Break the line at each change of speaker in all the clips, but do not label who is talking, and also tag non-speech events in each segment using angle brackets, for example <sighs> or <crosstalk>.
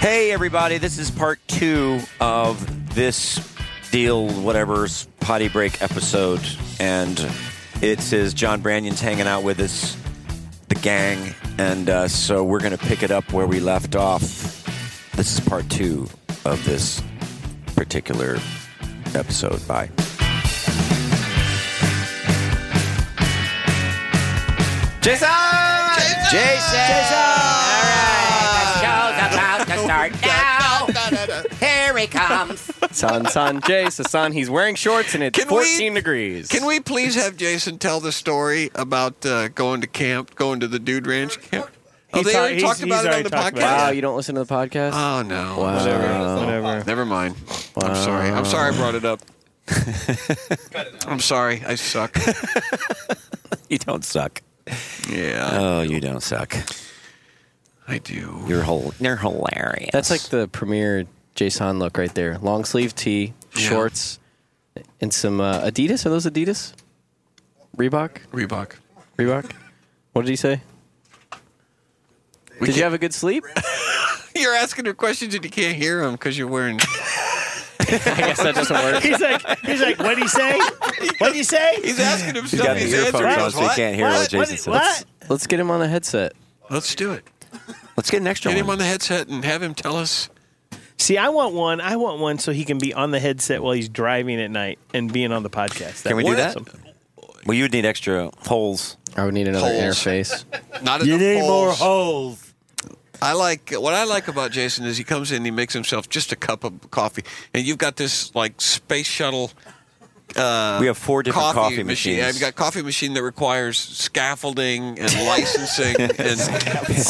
Hey, everybody, this is part two of this deal, whatever's potty break episode. And it is John Branyon's hanging out with us, the gang. And uh, so we're going to pick it up where we left off. This is part two of this particular episode. Bye. Jason! Jason! All right,
about to start now. Here
<laughs>
he comes.
San San Jay Sasan. He's wearing shorts and it's
Can we-
14 degrees.
Can we please have Jason tell the story about uh, going to camp, going to the Dude Ranch camp? Oh,
He's
they
ta-
already
he's-
talked about
he's
it on
already
the
talked
Wow,
podcast.
about
you don't listen to the podcast?
Oh no!
Wow.
Whatever.
Whatever.
Never mind. I'm sorry. I'm sorry I brought it up. I'm sorry. I suck.
You don't suck.
Yeah,
Oh, you don't suck.
I do.
You're whole. You're hilarious.
That's like the premier Jason look right there. Long sleeve tee,
Yeah.
shorts, and some uh, Adidas. Are those Adidas? Reebok?
Reebok.
Reebok? What did he say?
We
Did you
can't-
have a
<laughs>
good sleep?
You're asking her questions and you can't hear them because you're wearing.
I guess that doesn't work.
He's like, he's like, what'd he say? What'd he say?
He's asking himself.
got the
he's
earphones
answering
on,
us.
so he
What?
can't hear what,
What? What
Jason
did-
said.
what?
<laughs> Let's get him on a headset.
Let's do it.
Let's get an extra
Get him
one.
on the headset and have him tell us.
See, I want one. I want one so he can be on the headset while he's driving at night and being on the podcast.
Can we do
That'd be
that?
awesome.
well, you would need extra holes.
I would need another
Holes.
<laughs>
interface.
Not
You
enough
need more
holes.
holes.
I like what I like about Jason is he comes in, he makes himself just a cup of coffee, and you've got this like space shuttle
we have four different
coffee,
coffee,
machine.
machines.
I've got coffee machine that requires
<laughs>
scaffolding and licensing and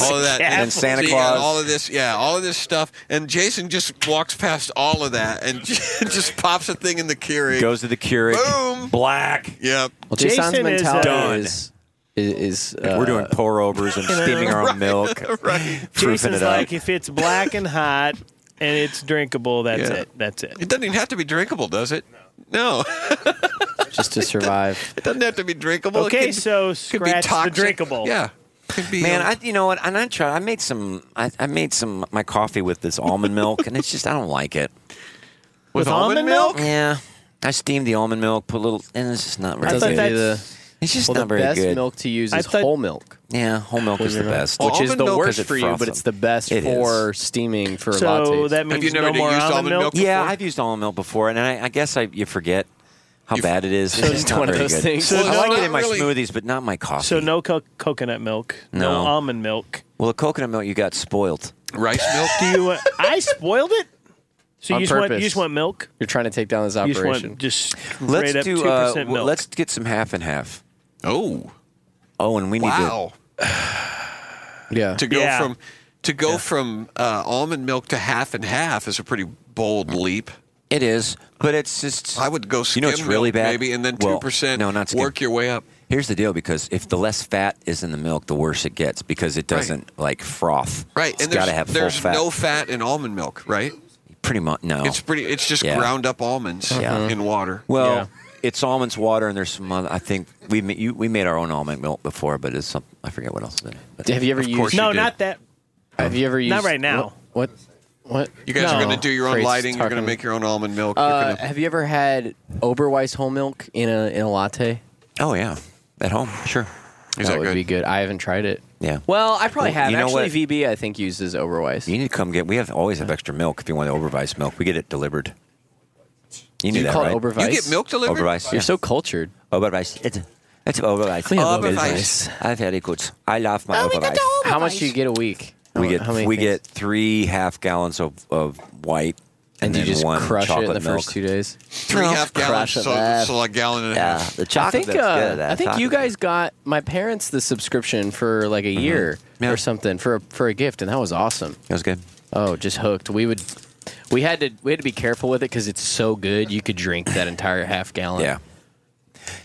all of that,
And Santa
so you got
Claus.
all of this, yeah, all of this stuff. And Jason just walks past all of that and <laughs> just pops a thing in the Keurig.
Goes to the Keurig.
Boom.
Black.
Yep. <laughs>
Well,
Jason
Jason's
is,
mentality
uh,
is is, is uh,
We're doing pour overs and steaming our own milk,
<laughs> Right.
proofing
Jason's
it up.
like, if it's black and hot and it's drinkable, that's
Yeah.
it. That's it.
It doesn't even have to be drinkable, does it? No,
uh,
<laughs>
just to survive.
it doesn't have to be drinkable. It
Okay,
could-
so
could be
scratch the
toxic.
drinkable.
Yeah. Could be
Man,
um,
I you know what? And I tried. I made some. I, I made some my coffee with this almond milk, and it's just I don't like it.
With almond milk?
Yeah, I steamed the almond milk, put a little, and it's just not very
It doesn't
good.
that-
do the,
it's just
well,
not
the
very
best
good.
milk to use
I
is
thought-
whole milk.
Yeah, whole milk is the best.
Well,
which is
almond
the
milk-
worst
'cause it
for you,
froths
but it's the
them.
best
It
for steaming for
So
lattes.
that means
you never
no more
used
almond
almond
milk.
milk?
yeah, I've used almond milk before, and I, I guess I you forget how bad it is. It's just
it's
not
one of
very
those
good.
things.
So
I
no,
like
not
it in my
really.
smoothies, but not my coffee.
So no co- coconut milk, no.
No.
almond milk.
Well, the coconut milk you got spoiled.
rice milk.
Do you? want- I spoiled it. So you
On
just, want, you
purpose.
just want milk?
You're trying to take down this
You just
operation.
want just straight
Let's
up
do.
two
uh,
percent
w-
milk.
let's get some half and half.
Oh,
Oh, and we need
wow!
yeah.
To go
Yeah.
from to go from uh, almond milk to half and half is a pretty bold leap.
to. It is, but it's just.
I would go skim
You know, it's really
milk
bad.
maybe, and then two
Well,
percent.
No, not skim.
work your way up.
Here's the deal, because if the less fat is in the milk, the worse it gets because it doesn't like froth.
Right,
it's
and
got
there's,
to have full
there's
fat.
no fat in almond milk, right?
Pretty much no.
It's pretty. It's just
Yeah.
ground up almonds
Yeah. Uh-huh.
in water.
well,
Yeah.
it's almonds water, and there's some other. I think we ma- you, we made our own almond milk before, but it's some I forget what else. It is. But
Have you ever
course
used?
you
no,
did.
not that.
Have you ever used?
right now.
What? What?
you guys are
No.
going to do your own
Craig's
lighting. You're going
talking-
to make your own almond milk. You're
Uh,
gonna-
have you ever had Oberweis whole milk in a in a latte?
oh yeah, at home sure.
Is
that
that
would
good?
be good. I haven't tried it.
Yeah.
Well, I probably have.
You know
Actually,
what?
VB I think uses Oberweis.
You need to come get. We have always have extra milk if you want the Oberweis milk. We get it delivered. You
Do
knew
you
that,
call
right?
it Oberweis?
you get milk delivered.
Oberweis.
You're so cultured.
Oberweis. It's, it's Oberweis.
We have
Oberweis.
I've had it good. I love my Oberweis.
How much do you get a week?
We
How-
get
how many
we
things?
get three half gallons of, of white
and, you
then
just
one
crush it
chocolate
in the
milk.
first two days.
Three half gallons,
Crush it
so,
up.
so like gallon and a
Yeah,
half.
the
I
chocolate
think
milk's
uh,
good.
I think you
chocolate-
guys got my parents the subscription for like a year
Yeah.
or something for a, for a gift, and that was awesome.
That was good.
Oh, just hooked. We would we had to we had to be careful with it because it's so good. You could drink that entire half gallon.
Yeah.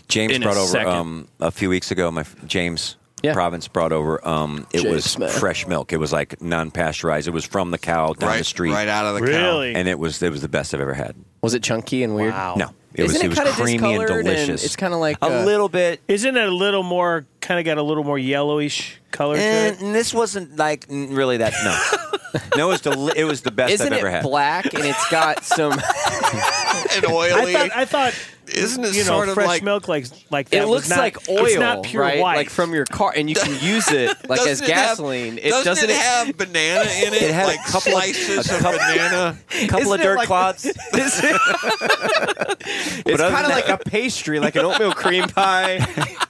James
In a
brought over
second.
um, a few weeks ago. My f- James
Yeah.
Province brought over. Um, it
James
was
Smith.
fresh milk. It was like non pasteurized. It was from the cow down
right,
the street,
right out of the cow.
Really?
and it was it was the best I've ever had.
Was it chunky and weird?
Wow.
No, it was
Isn't
it
it
was
kinda
creamy and
discolored and
delicious.
it's kinda like,
a
uh,
little bit.
Isn't it a little more? Kind of got a little more yellowish color to
Eh, And,
it?
this wasn't like n- really that.
<laughs>
No, no, it was, deli- it was the best
Isn't
I've ever
it
had.
black and it's got some?
and oily.
<laughs> I thought, I thought
Isn't it
you know,
sort of
fresh
like
milk like like that
it
was
looks
not-
like oil,
It's not pure
right?
white.
Like from your car, and you can use it like as
doesn't it have-
gasoline. it
doesn't,
doesn't
it
<laughs>
have banana in it?
It had a
like
couple of-
slices
a
of
couple-
banana.
A <laughs> couple
Isn't
of
it
dirt
like- <laughs>
<laughs>
clods.
It's
other
kind
than
of like a pastry, like an oatmeal cream
<laughs>
pie,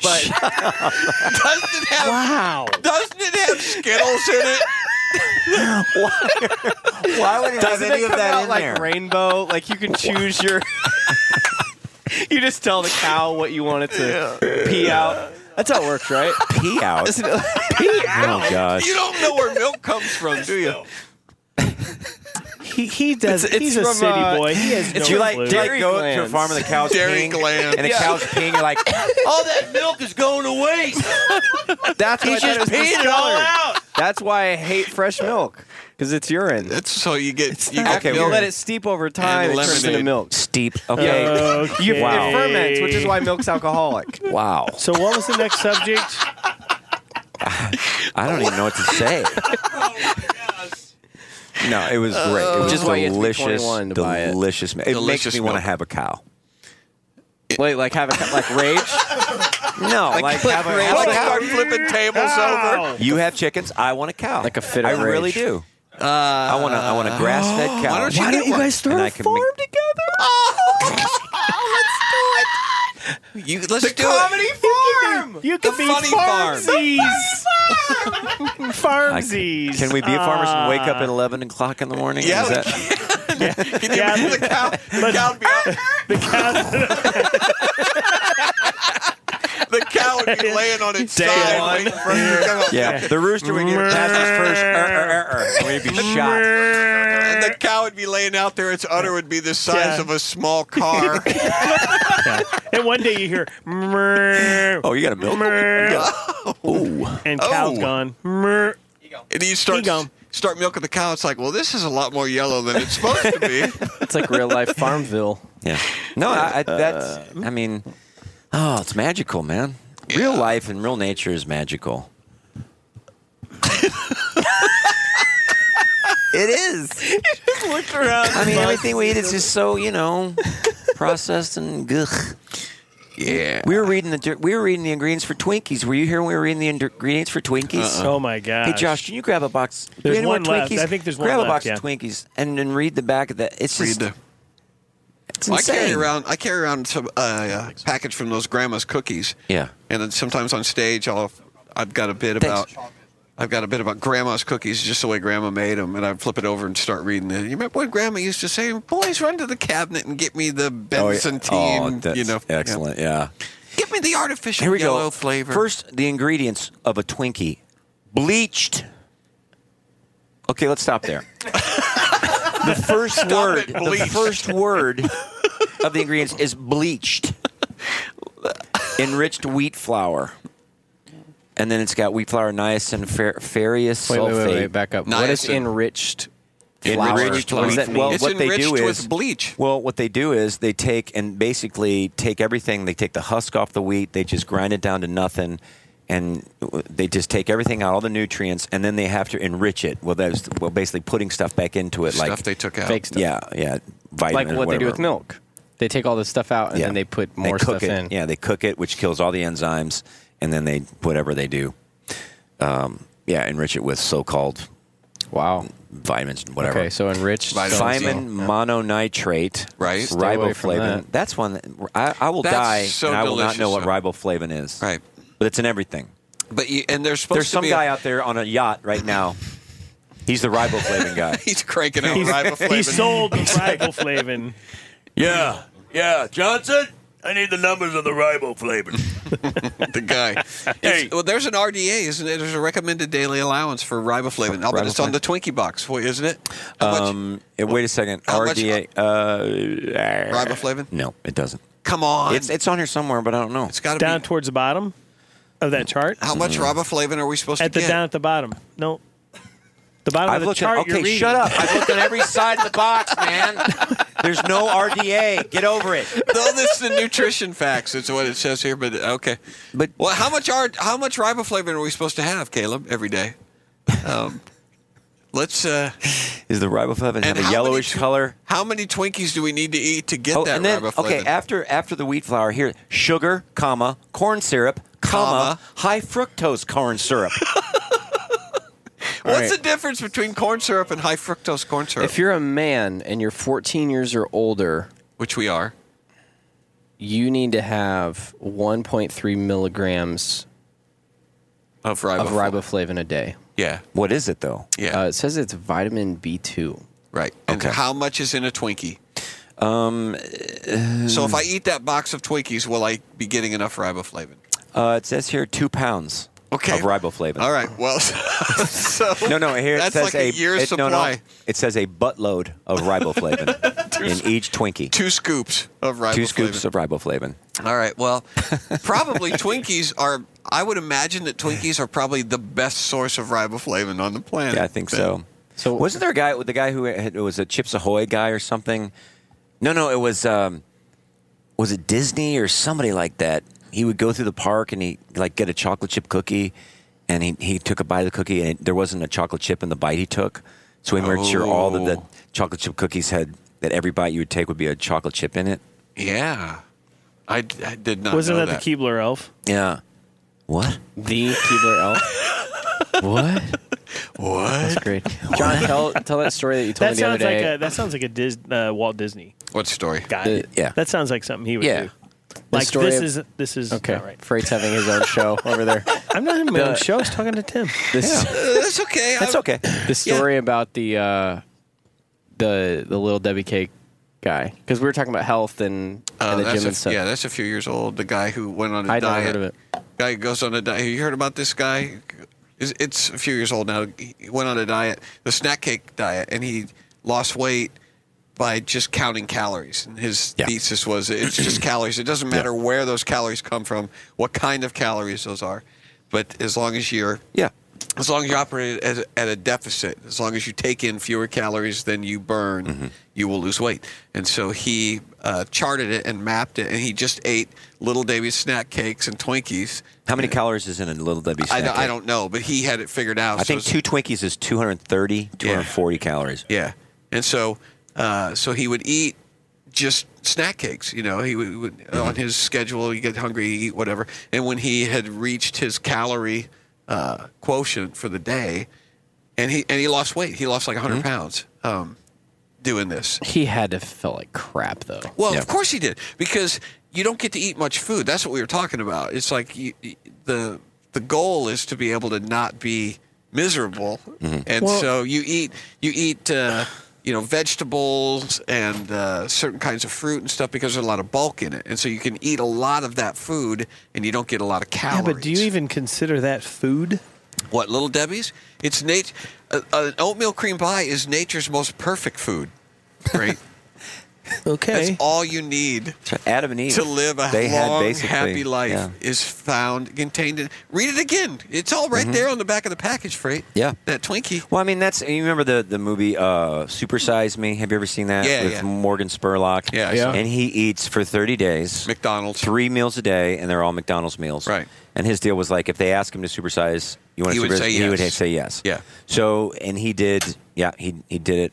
but
<laughs> Doesn't it have?
wow.
<laughs>
Doesn't it have Skittles in it?
Why would it have
doesn't
any
it
of
come
that
out
in
like
there?
rainbow? Like you can choose your. <laughs> you just tell the cow what you want it to pee out. That's how it works, right?
<laughs> Pee out.
Isn't it-
Oh gosh.
You don't know where milk comes from, do you?
He, he does.
It's- it's
he's a
from,
city
uh,
boy. He has no
Do you like,
clue.
do you like
Dairy
go to a
glands.
farm and the cows
Dairy
peeing,
gland.
and the
Yeah.
cows peeing? You're
<laughs>
like, all that milk is going to waste.
That's why that is
peeing it all
discolored.
out.
That's why I hate fresh milk because it's urine.
That's so you get you
not-
get
Okay,
If
well,
you
milk.
let it steep over time, it turns into
lemonade.
milk.
Steep. Okay.
Okay.
You, It ferments, which is why milk's alcoholic.
wow.
So what was the next subject?
I don't even know what to
<laughs>
say.
Oh,
No, it was great.
Uh,
It was
Which is why you have to be
delicious,
21 to buy it.
delicious. It, it makes
Delicious
me want to
milk.
have a cow.
Wait, like have <laughs> a like rage?
No, like, have a, have
Like,
a cow.
start flipping tables over.
Wow.
You have chickens. I want a cow.
Like a fit
I
of
really
rage.
do. I want a, I want a
<gasps>
grass-fed cow.
don't you Uh, Why don't get you one? guys
start a farm together?
You let's do it.
farm.
You could
The
be
funny farm.
farmsies. <laughs> Farmsies.
Can we be a farmers and wake up
Ah.
at eleven o'clock in the morning?
Uh, Yeah,
Is
we
that-
Can you
Uh, Yeah.
imagine <laughs> the cow? The cow would be
<laughs>
out. <laughs> The cow would be laying on its side. waiting for you to come
<laughs>
up.
yeah. The rooster would get past us first, er, er, er, er, and we'd be shot.
And the cow would be laying out there. Its udder would be the size
Yeah.
of a small <laughs> car.
And one day you hear, "Mrrr,
Oh, you got a milk?
mrrr," and cow's
Oh.
gone. "Mrrr."
and you
He
start
gone.
start milking the cow. It's like, well, this is a lot more yellow than it's supposed to be.
It's like real <laughs> life Farmville.
Yeah. Uh, No, I, I, that's. I mean, oh, it's magical, man. Real life and real nature is magical. <laughs> it is.
Looked around.
I mean, everything we eat is just so you know processed and ugh.
<laughs> Yeah.
We were reading the we were reading the ingredients for Twinkies. Were you here when we were reading the ingredients for Twinkies?
Oh my god.
Hey Josh, can you grab a box?
There's
you know what,
one left.
Twinkies?
I think there's one
grab a
left,
box
yeah.
of Twinkies and then read the back of that. It's
Read
just
the-
it's
I
insane.
carry around. I carry around some uh, uh, package from those grandma's cookies.
Yeah.
And then sometimes on stage, I'll I've got a bit about.
Thanks.
I've got a bit about grandma's cookies, just the way grandma made them, and I flip it over and start reading it. You remember when grandma used to say, "Boys, run to the cabinet and get me
Oh,
the Benson team." you know, Oh, yeah.
Yeah.
Get me the artificial
Here we
yellow
go.
flavor.
First, the ingredients of a Twinkie: bleached. Okay, let's stop
<laughs>
there. the first word,
it,
the
bleached.
first word of the ingredients is bleached, enriched wheat flour, and then it's got wheat flour, niacin, fer- ferrous
Wait,
sulfate.
wait, wait, wait, back up. What is
Niacin.
enriched? flour?
Enriched
What does
wheat-
that mean?
Well,
It's
what they do
enriched
is
with bleach.
Well, what they do is they take and basically take everything. They take the husk off the wheat. They just grind it down to nothing, and they just take everything out, all the nutrients, and then they have to enrich it. Well, that's well, basically putting stuff back into it,
stuff
like
they took out.
Fake stuff.
yeah, yeah,
like
vitamin,
what they do
whatever.
with milk. They take all this stuff out and
Yeah.
then they put more
cook
stuff
it.
in.
Yeah, they cook it, which kills all the enzymes, and then they whatever they do, um, yeah, enrich it with so-called
Wow.
vitamins and whatever.
Okay, so enriched.
Vitamin
so-
Simon mononitrate,
Right. Stay
away from
riboflavin.
that.
That's one that I, I will
That's
die,
so
and I will not
delicious,
know what
though.
riboflavin is.
Right.
but it's in everything.
But you, and there's supposed
There's
to
some
be
guy
a,
out there on a yacht right now. He's the riboflavin
<laughs>
guy.
<laughs> He's cranking
<laughs>
out riboflavin.
he sold the riboflavin.
Yeah, yeah, Johnson. I need the numbers of the riboflavin.
the
<laughs>
guy. It's- Well, there's an RDA, isn't it? There's a recommended daily allowance for riboflavin. I'll bet it's on the Twinkie box, boy, isn't it? How much?
Um, eh, wait a second.
How much-
RDA. Uh,
riboflavin?
no, it doesn't.
Come on.
It's it's on here somewhere, but I don't know.
it's got to
Down
be.
towards the bottom of that chart.
How much
Mm.
riboflavin are we supposed
At
to
the
get? <laughs>
down at the bottom. No. The bottom
I've
of the
looked
chart
at.
you're
Okay,
reading.
<laughs>
shut up. I've looked on every side of the box, man. There's no RDA. Get over it.
No, this is the nutrition facts. It's what it says here, but okay.
But-
well, how much are how much riboflavin are we supposed to have, Caleb, every day? Um, let's. Uh,
Is the riboflavin have
And
a
how
yellowish
many tw-
color?
how many Twinkies do we need to eat to get
Oh,
that
and then
riboflavin?
okay. After after the wheat flour, here sugar, comma corn syrup, comma
Comma.
high fructose corn
<laughs>
syrup.
What's
right.
the difference between corn syrup and high fructose corn syrup?
If you're a man and you're 14 years or older,
Which we are.
you need to have 1.3 milligrams
Of riboflavin.
of riboflavin a day.
Yeah.
what is it though?
Yeah.
Uh, it says it's vitamin B2.
right. And
okay.
how much is in a Twinkie? Um. so if I eat that box of Twinkies, will I be getting enough riboflavin?
Uh, it says here two pounds
Okay.
of riboflavin.
All right. Well. <laughs> so
<laughs> No, no. Here
that's
it says
like a, year's
it- no,
supply.
no, it says a buttload of
<laughs>
riboflavin in each Twinkie.
Two scoops of riboflavin.
Two scoops of riboflavin.
All right.
<laughs>
Well, probably Twinkies are. I would imagine that Twinkies are probably the best source of riboflavin on the planet.
Yeah, I think
Ben.
so.
So-
wasn't there a guy with the guy who had, it was a Chips Ahoy guy or something? No, no, it was um, was it Disney or somebody like that? He would go through the park and he like get a chocolate chip cookie, and he he took a bite of the cookie and it, there wasn't a chocolate chip in the bite he took, so he made sure all of the
Oh.
chocolate chip cookies had that every bite you would take would be a chocolate chip in it.
Yeah. I, d- I did not
Wasn't
know
that, the Keebler elf?
Yeah. What?
The
<laughs>
Keebler Elf. what?
What?
That's great. John, tell, tell that story that you told
That
me the other
sounds like
day.
a that sounds like a Dis, uh, Walt Disney
What story?
guy.
The-
Yeah.
That sounds like something he would
Yeah.
do. Like
story
this
of-
is this is
okay.
not right.
Freight's having his own show over there.
<laughs> I'm not in my own show. I was talking to Tim.
This,
Uh, That's okay.
That's
I-
okay.
the story about the uh, the the little Debbie Cake guy because we were talking about health and,
Uh,
and the
that's
gym
a-
and stuff.
Yeah, that's a few years old. The guy who went on a
I'd never
diet.
heard of it.
Guy who goes on a diet. You heard about this guy? It's- It's a few years old now. He went on a diet, the snack cake diet, and he lost weight by just counting calories. And his
Yeah.
thesis was it's
<clears throat>
just calories. It doesn't matter where those calories come from, what kind of calories those are, but as long as you're
Yeah.
as long as you operate at, at a deficit, as long as you take in fewer calories than you burn,
Mm-hmm.
you will lose weight. And so he uh, charted it and mapped it, and he just ate Little Debbie's snack cakes and Twinkies.
How many calories is in a little Debbie
I,
snack?
don't- I
cake?
don't know, but he had it figured out.
I think
so-
two Twinkies is 230, 240 calories.
Yeah, and so uh, so he would eat just snack cakes. You know, he would, would on his schedule. He get hungry, he eat whatever. And when he had reached his calorie uh, quotient for the day, and he and he lost weight. He lost like 100 pounds um, doing this.
He had to feel like crap though.
Well,
Yeah.
of course he did because you don't get to eat much food. That's what we were talking about. It's like you, you- the the goal is to be able to not be miserable, and so you eat you eat uh, you know vegetables and uh, certain kinds of fruit and stuff because there's a lot of bulk in it, and so you can eat a lot of that food and you don't get a lot of
Yeah,
calories.
but do you even consider that food?
what little Debbie's? It's nat- uh, an oatmeal cream pie is nature's most perfect food.
<laughs>
Right. That's
Okay.
all you need
So Adam and Eve
<laughs> to live a
they had
long,
basically-
happy life
yeah.
is found contained in. Read it again. It's all right there on the back of the package, freight.
Mm-hmm. Yeah.
that Twinkie.
Well, I mean, that's you remember the the movie uh, Super Size Me? Have you ever seen that
Yeah,
with
yeah.
Morgan Spurlock?
Yeah, I saw Yeah. it.
And he eats for thirty days,
McDonald's.
three meals a day, and they're all McDonald's meals.
Right.
And his deal was like, if they ask him to supersize, you want
He
to
would
supersize?
say
he
yes.
would say yes.
Yeah.
So, and he did. Yeah, he he did it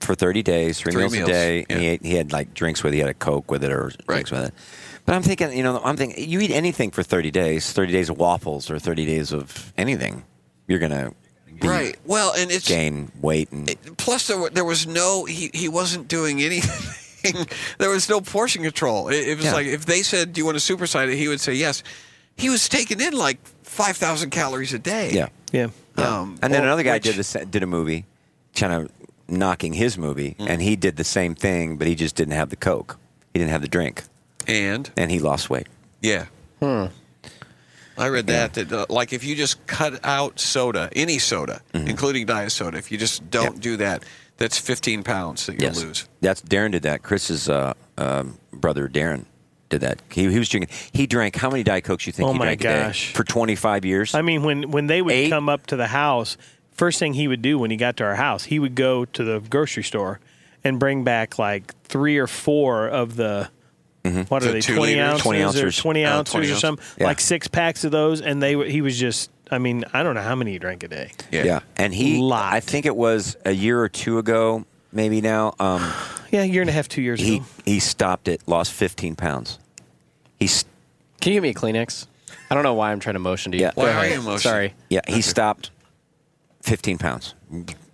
for thirty days, three,
Three
meals,
meals,
a day, and he
yeah.
ate, he had like drinks with. it. He had a Coke with it or drinks
Right.
with it. But I'm thinking, you know, I'm thinking you eat anything for thirty days, thirty days of waffles or thirty days of anything, you're gonna be
Right. Well, and it's
gain weight and
plus there, wa- there was no he, he wasn't doing <laughs> anything there was no portion control it, it was
Yeah.
like if they said do you want to supersize it he would say yes he was taking in like 5000 calories a day
yeah.
yeah.
um,
And then
or-
another guy
which-
did this did a movie, kind of knocking his movie,
Mm.
and he did the same thing, but he just didn't have the coke, he didn't have the drink,
and
and he lost weight.
Yeah.
Hmm.
I read that that uh, like if you just cut out soda, any soda,
Mm-hmm.
including diet soda, if you just don't
Yeah.
do that, that's 15 pounds that you'll lose.
That's Darren did that. Chris's uh, um, brother Darren did that. He, he was drinking. He drank how many diet cokes you think
Oh
he
my
drank a
gosh.
day for 25 years?
I mean, when when they would
Eight?
come up to the house, first thing he would do when he got to our house, he would go to the grocery store and bring back like three or four of the what are
The
they
two
twenty
liters?
ounces,
20
or
ounces.
twenty
Oh,
ounces
20
or
ounces.
something,
Yeah.
like six packs of those, and they were- he was just. I mean, I don't know how many he drank a day.
Yeah. And he,
Lot.
I think it was a year or two ago, maybe now,
<sighs>
um,
Yeah, a year and a half, two years
he,
ago.
he stopped it, lost 15 pounds. He, s-
Can you give me a Kleenex? I don't know why I'm trying to motion to you.
Yeah.
Go
Why
ahead.
are you motioning?
Sorry.
yeah, he stopped 15 pounds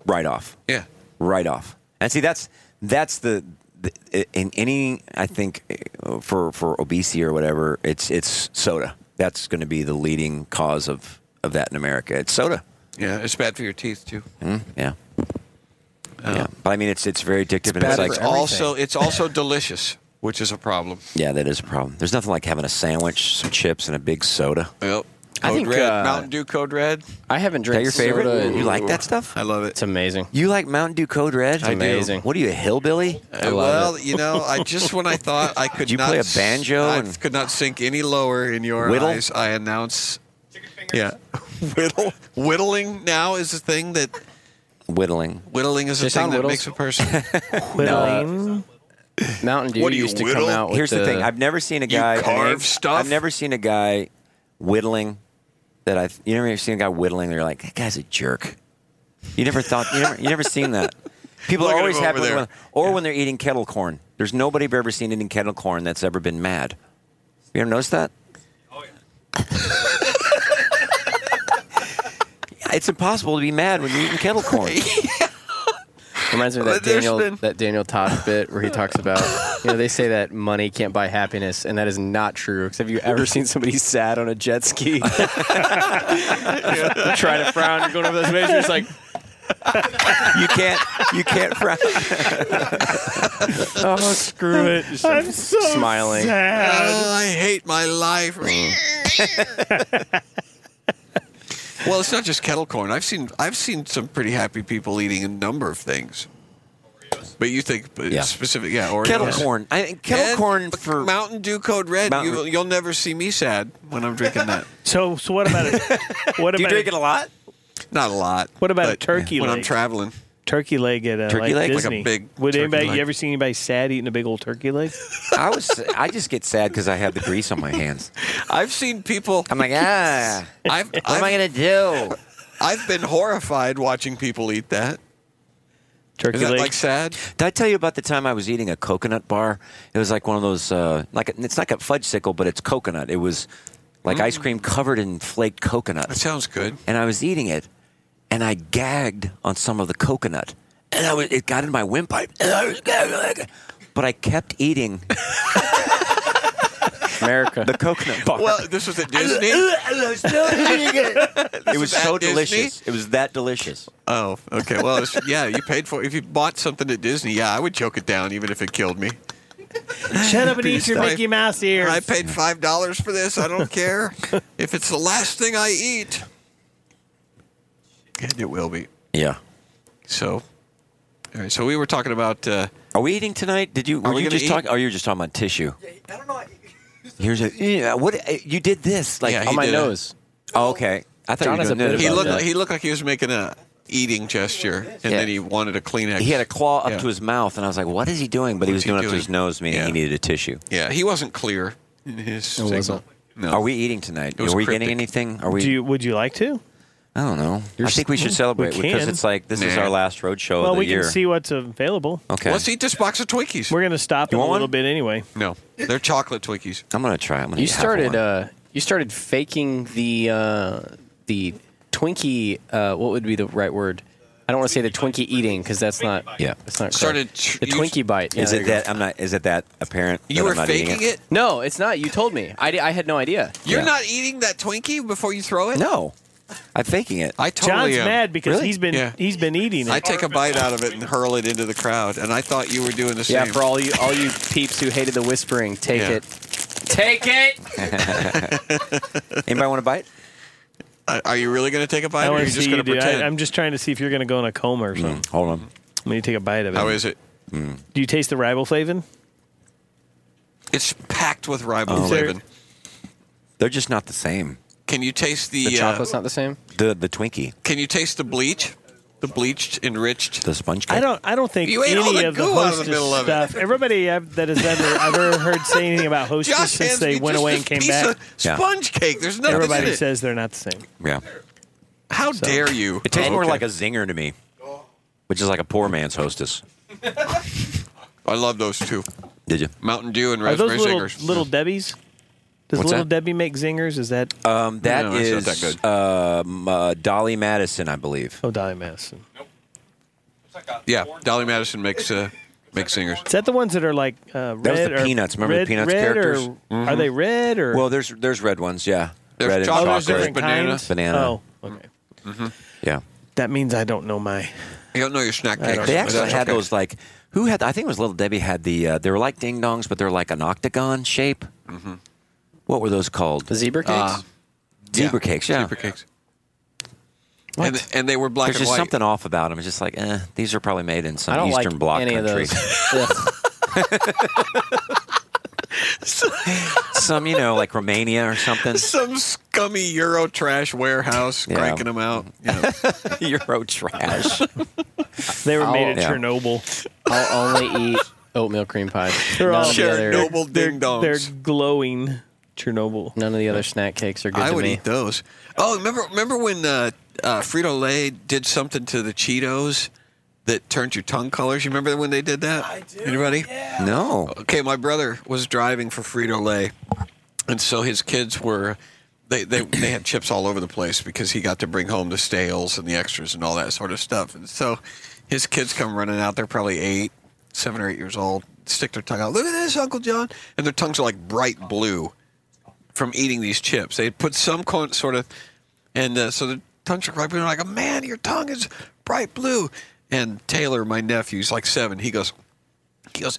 right off.
Yeah.
right off. And see, that's that's the, the in any I think uh, for for obesity or whatever, it's it's soda. That's going to be the leading cause of of that in America. It's soda.
Yeah, it's bad for your teeth too.
Mm-hmm.
Yeah. yeah. But I mean, it's it's very addictive. and
Oh. bad
it's
for
like,
It's also it's also delicious, which is a problem.
yeah, that is a problem. There's nothing like having a sandwich, some chips, and a big soda.
Yep. Code
I think,
red,
uh,
Mountain Dew Code Red.
I haven't
Is that
drank
your favorite?
soda in-
You like that stuff?
I love
It's amazing.
You like Mountain Dew Code Red? It's
I do. amazing. Uh,
What are you, a hillbilly?
love
well, you know, I just when I thought
<laughs>
I could
you
not
play a
s-
banjo
I
and-
could not sink any lower in your
Whittle?
eyes. I announce, yeah, <laughs> whittle whittling now is a thing that
Whittling.
whittling is a
They
thing
sound
that makes
whittles?
<laughs>
a person.
Whittling.
Mountain Dew
What do you
used to
whittle?
come out with
Here's the, thing. I've never seen a guy and
carve
I've-
stuff?
I've never seen a guy whittling that I. You never seen a guy whittling. They're like, that guy's a jerk. You never thought. You never. You never seen that. People
Look
are
at
always
him
happy
over
when,
there.
or when they're eating kettle corn. There's nobody I've ever seen eating kettle corn that's ever been mad. You ever notice that? Yeah, <laughs> It's impossible to be mad when you're eating kettle
<laughs>
corn.
<laughs> Reminds me of that
There's
Daniel
been-
that Daniel Tosh bit where he talks about you know they say that money can't buy happiness and that is not true. Because have you ever seen somebody sad on a jet ski?
Trying to frown, you're going over those measures
<laughs>
like
You can't. You can't. <laughs>
<laughs>
Frown.
oh screw it! Just
I'm so <laughs>
smiling.
oh, I hate my life.
Oh.
<laughs> well, it's not just kettle corn. I've seen I've seen some pretty happy people eating a number of things. But you think but
Yeah.
specific, yeah, Oreos.
Kettle corn. I think kettle
And
corn for
Mountain Dew Code Red.
Mountain-
You, you'll never see me sad when I'm
<laughs>
drinking that.
So, so what about it? What
Do you
about
drink
a,
it a lot?
Not a lot.
what about a
but
turkey
When I'm
leg?
traveling,
turkey leg at a
Turkey leg?
like
Like a
Disney.
big
Would
turkey
anybody
leg.
you ever seen anybody sad eating a big old turkey leg?
I was. I just get sad because I have the grease on my hands.
I've seen
<laughs>
people.
I'm like, ah,
I've
what am I
I've,
gonna do?
I've been horrified watching people eat that.
Turkey
Is that
leg.
like sad?
Did I tell you about the time I was eating a coconut bar? It was like one of those, uh, like it's like a fudge sickle, but it's coconut. It was like ice cream covered in flaked
That
coconut,
sounds
<laughs>
good.
and I was eating it, and I gagged on some of the coconut, and I was, it got in my windpipe, and I was gagging, but I kept eating
America.
the coconut bar.
Well, this was
<laughs>
at Disney.
it was
at
so
Disney?
delicious. It was that delicious.
Oh, okay. Well, it's, yeah, you paid for it. If you bought something at Disney, yeah, I would choke it down even if it killed me.
Shut up and eat your
I-
Mickey Mouse
I
ears.
paid five dollars for this. I don't
<laughs>
care if it's the last thing I eat. And it will be.
Yeah.
So, all right. So we were talking about. Uh,
Are we eating tonight? Did you?
Are
Were
we
you
gonna
just
eat?
talking? Oh, you were just talking about tissue. Here's a yeah. What uh, you did this like?
Yeah,
oh,
on
he
my
did it.
nose.
oh, okay. I thought
John
you
has
were
a
doing
bit
he
about
looked.
that.
Like, he looked like he was making a eating gesture, and
Yeah.
then he wanted a Kleenex.
He had a claw up
Yeah.
to his mouth, and I was like, "What is he doing?" But he was
he
doing it up to
doing?
his nose, meaning
Yeah.
he needed a tissue.
Yeah, he wasn't clear in his. signal.
wasn't.
No.
Are we eating tonight?
was
Are we
cryptic.
getting anything? Are we?
Do you, would you like to?
I don't know. I think we should celebrate because
can.
it's like this is
Nah.
our last road show
well,
of the
we
year.
can see what's available.
okay,
Let's eat this box of Twinkies.
We're gonna stop
You
in a
want
little
one?
bit anyway.
no, they're chocolate Twinkies.
I'm gonna try. I'm gonna
You
have
started.
one.
Uh, you started faking the uh, the Twinkie. Uh, what would be the right word? I don't want to say the Twinkie eating because that's not.
Yeah.
that's not.
Started
correct.
tr-
the
you-
Twinkie bite. Yeah,
is
there
it
go.
that I'm not? Is it that apparent?
You
that
were
I'm not eating
faking
it?
it.
No, it's not. You told me. I, di- I had no idea.
You're
Yeah.
not eating that Twinkie before you throw it.
No, I'm faking it.
I totally
John's
am.
mad because
Really?
he's been
Yeah.
he's been eating it.
I take a bite out of it and hurl it into the crowd, and I thought you were doing the
Yeah,
same.
for all you all you peeps who hated the whispering, take
Yeah.
it, take it.
Anybody want to <laughs> bite?
Are- Are you really going to take a bite,
I
or are
want
you
to
just
see
going
you
to
do.
pretend? Hmm.
I, I'm just trying to see if you're gonna go in a coma or something.
Mm, Hold on.
Let me take a bite of it.
How is it?
Do you taste the riboflavin?
It's packed with
there-
riboflavin.
They're just not the same.
Can you taste the,
The
uh,
chocolate's not the same.
The the Twinkie.
Can you taste the bleach? The bleached, enriched.
The sponge cake.
I don't. I don't think
You ate
any
all the
of the
goo out of the
hostess
middle of it.
stuff. Everybody I've, that
<laughs>
has ever I've ever heard say anything about hostess
Josh
since
hands
they
me
went
just
away
this
and came
piece <laughs>
back.
of Sponge cake. There's nothing in
Everybody
it.
says they're not the same.
Yeah.
How dare you?
It tastes more like a zinger to me, which is like a poor man's hostess.
I love those two.
Did you?
Mountain Dew and
Are those
raspberry
little
zingers.
little Debbie's? Does
What's
little
that?
Debbie make zingers? Is that
Uh,
Um, that
No, it's
is
not that good.
um, uh, Dolly Madison, I believe.
oh Dolly Madison?
yeah, Dolly Madison makes uh, makes singers.
Is that the ones that are like uh, red?
That was the
or
Peanuts. Remember the
red-
Peanuts
red or-
characters? Mm-hmm.
Are they red or
Well, there's there's red ones, yeah.
There's
red
chocolate,
oh,
and
there's
chocolate.
different
banana.
kinds?
Banana.
Oh, okay.
Yeah.
That means I don't know my.
You don't know your snack
don't
cakes.
They
but
actually
that's
had
okay.
those like who had I think it was Little Debbie had the uh, they were like ding dongs, but they're like an octagon shape.
Mm-hmm.
What were those called?
The zebra cakes.
Uh,
Zebra cakes, yeah.
Zebra cakes. And, and they were black
There's
and
just
white.
something off about them. It's just like, eh, these are probably made in some
I don't
Eastern
like
Bloc
any
country.
of those. <laughs> Ugh.
<laughs> some, you know, like Romania or <laughs> something.
Some scummy Euro trash warehouse
Yeah.
cranking
<laughs>
them out. Yeah.
Euro trash.
They were made
Oh.
at
Yeah.
Chernobyl.
I'll only eat oatmeal cream pie.
They're
Oh,
none
all
of the other,
Chernobyl
They're,
ding dongs.
they're glowing Chernobyl.
none of the other snack cakes are good
I
to
would
me.
eat those. Oh, remember remember when uh, uh, Frito Lay did something to the Cheetos that turned your tongue colors? You remember when they did that? I do. Anybody?
<laughs> No.
Okay, my brother was driving for Frito Lay, and so his kids were. They, they, they had chips all over the place because he got to bring home the stales and the extras and all that sort of stuff. And so his kids come running out. They're probably eight, seven or eight years old, stick their tongue out. Look at this, Uncle John. And their tongues are like bright blue from eating these chips. They put some con- sort of, and uh, so the tongues are bright blue. And they're like, man, your tongue is bright blue. And Taylor, my nephew, he's like seven. He goes, he goes,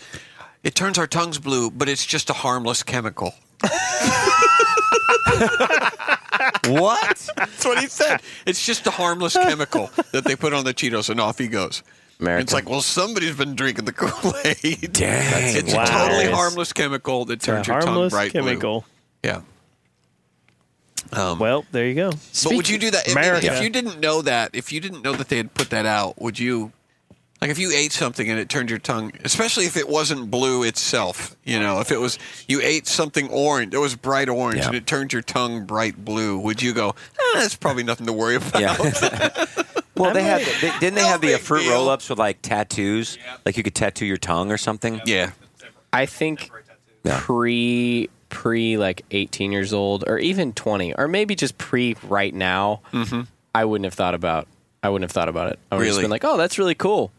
it turns our tongues blue, but it's just a harmless chemical. <laughs>
What?
That's what he said. It's just a harmless chemical that they put on the Cheetos, and off he goes.
American.
It's like, well, somebody's been drinking the Kool Aid.
Dang,
It's
wow.
a totally
Yes.
harmless chemical that
A
turns your tongue
harmless
bright
chemical.
blue. Yeah.
Well, there you go.
But would you do that? I mean,
America.
if you didn't know that, if you didn't know that they had put that out, would you? Like if you ate something and it turned your tongue, especially if it wasn't blue itself, you know, if it was you ate something orange, it was bright orange
Yeah.
and it turned your tongue bright blue, would you go? Eh, that's probably nothing to worry about.
Yeah. <laughs> well, they had. They, didn't they
No
have the uh,
big
fruit
deal.
roll-ups with like tattoos? Like you could tattoo your tongue or something.
Yeah.
I think
Yeah.
pre pre like 18 years old or even 20 or maybe just pre right now I wouldn't have thought about I wouldn't have thought about it. I would
Mm-hmm.
have just
Really?
been like, "Oh, that's really cool."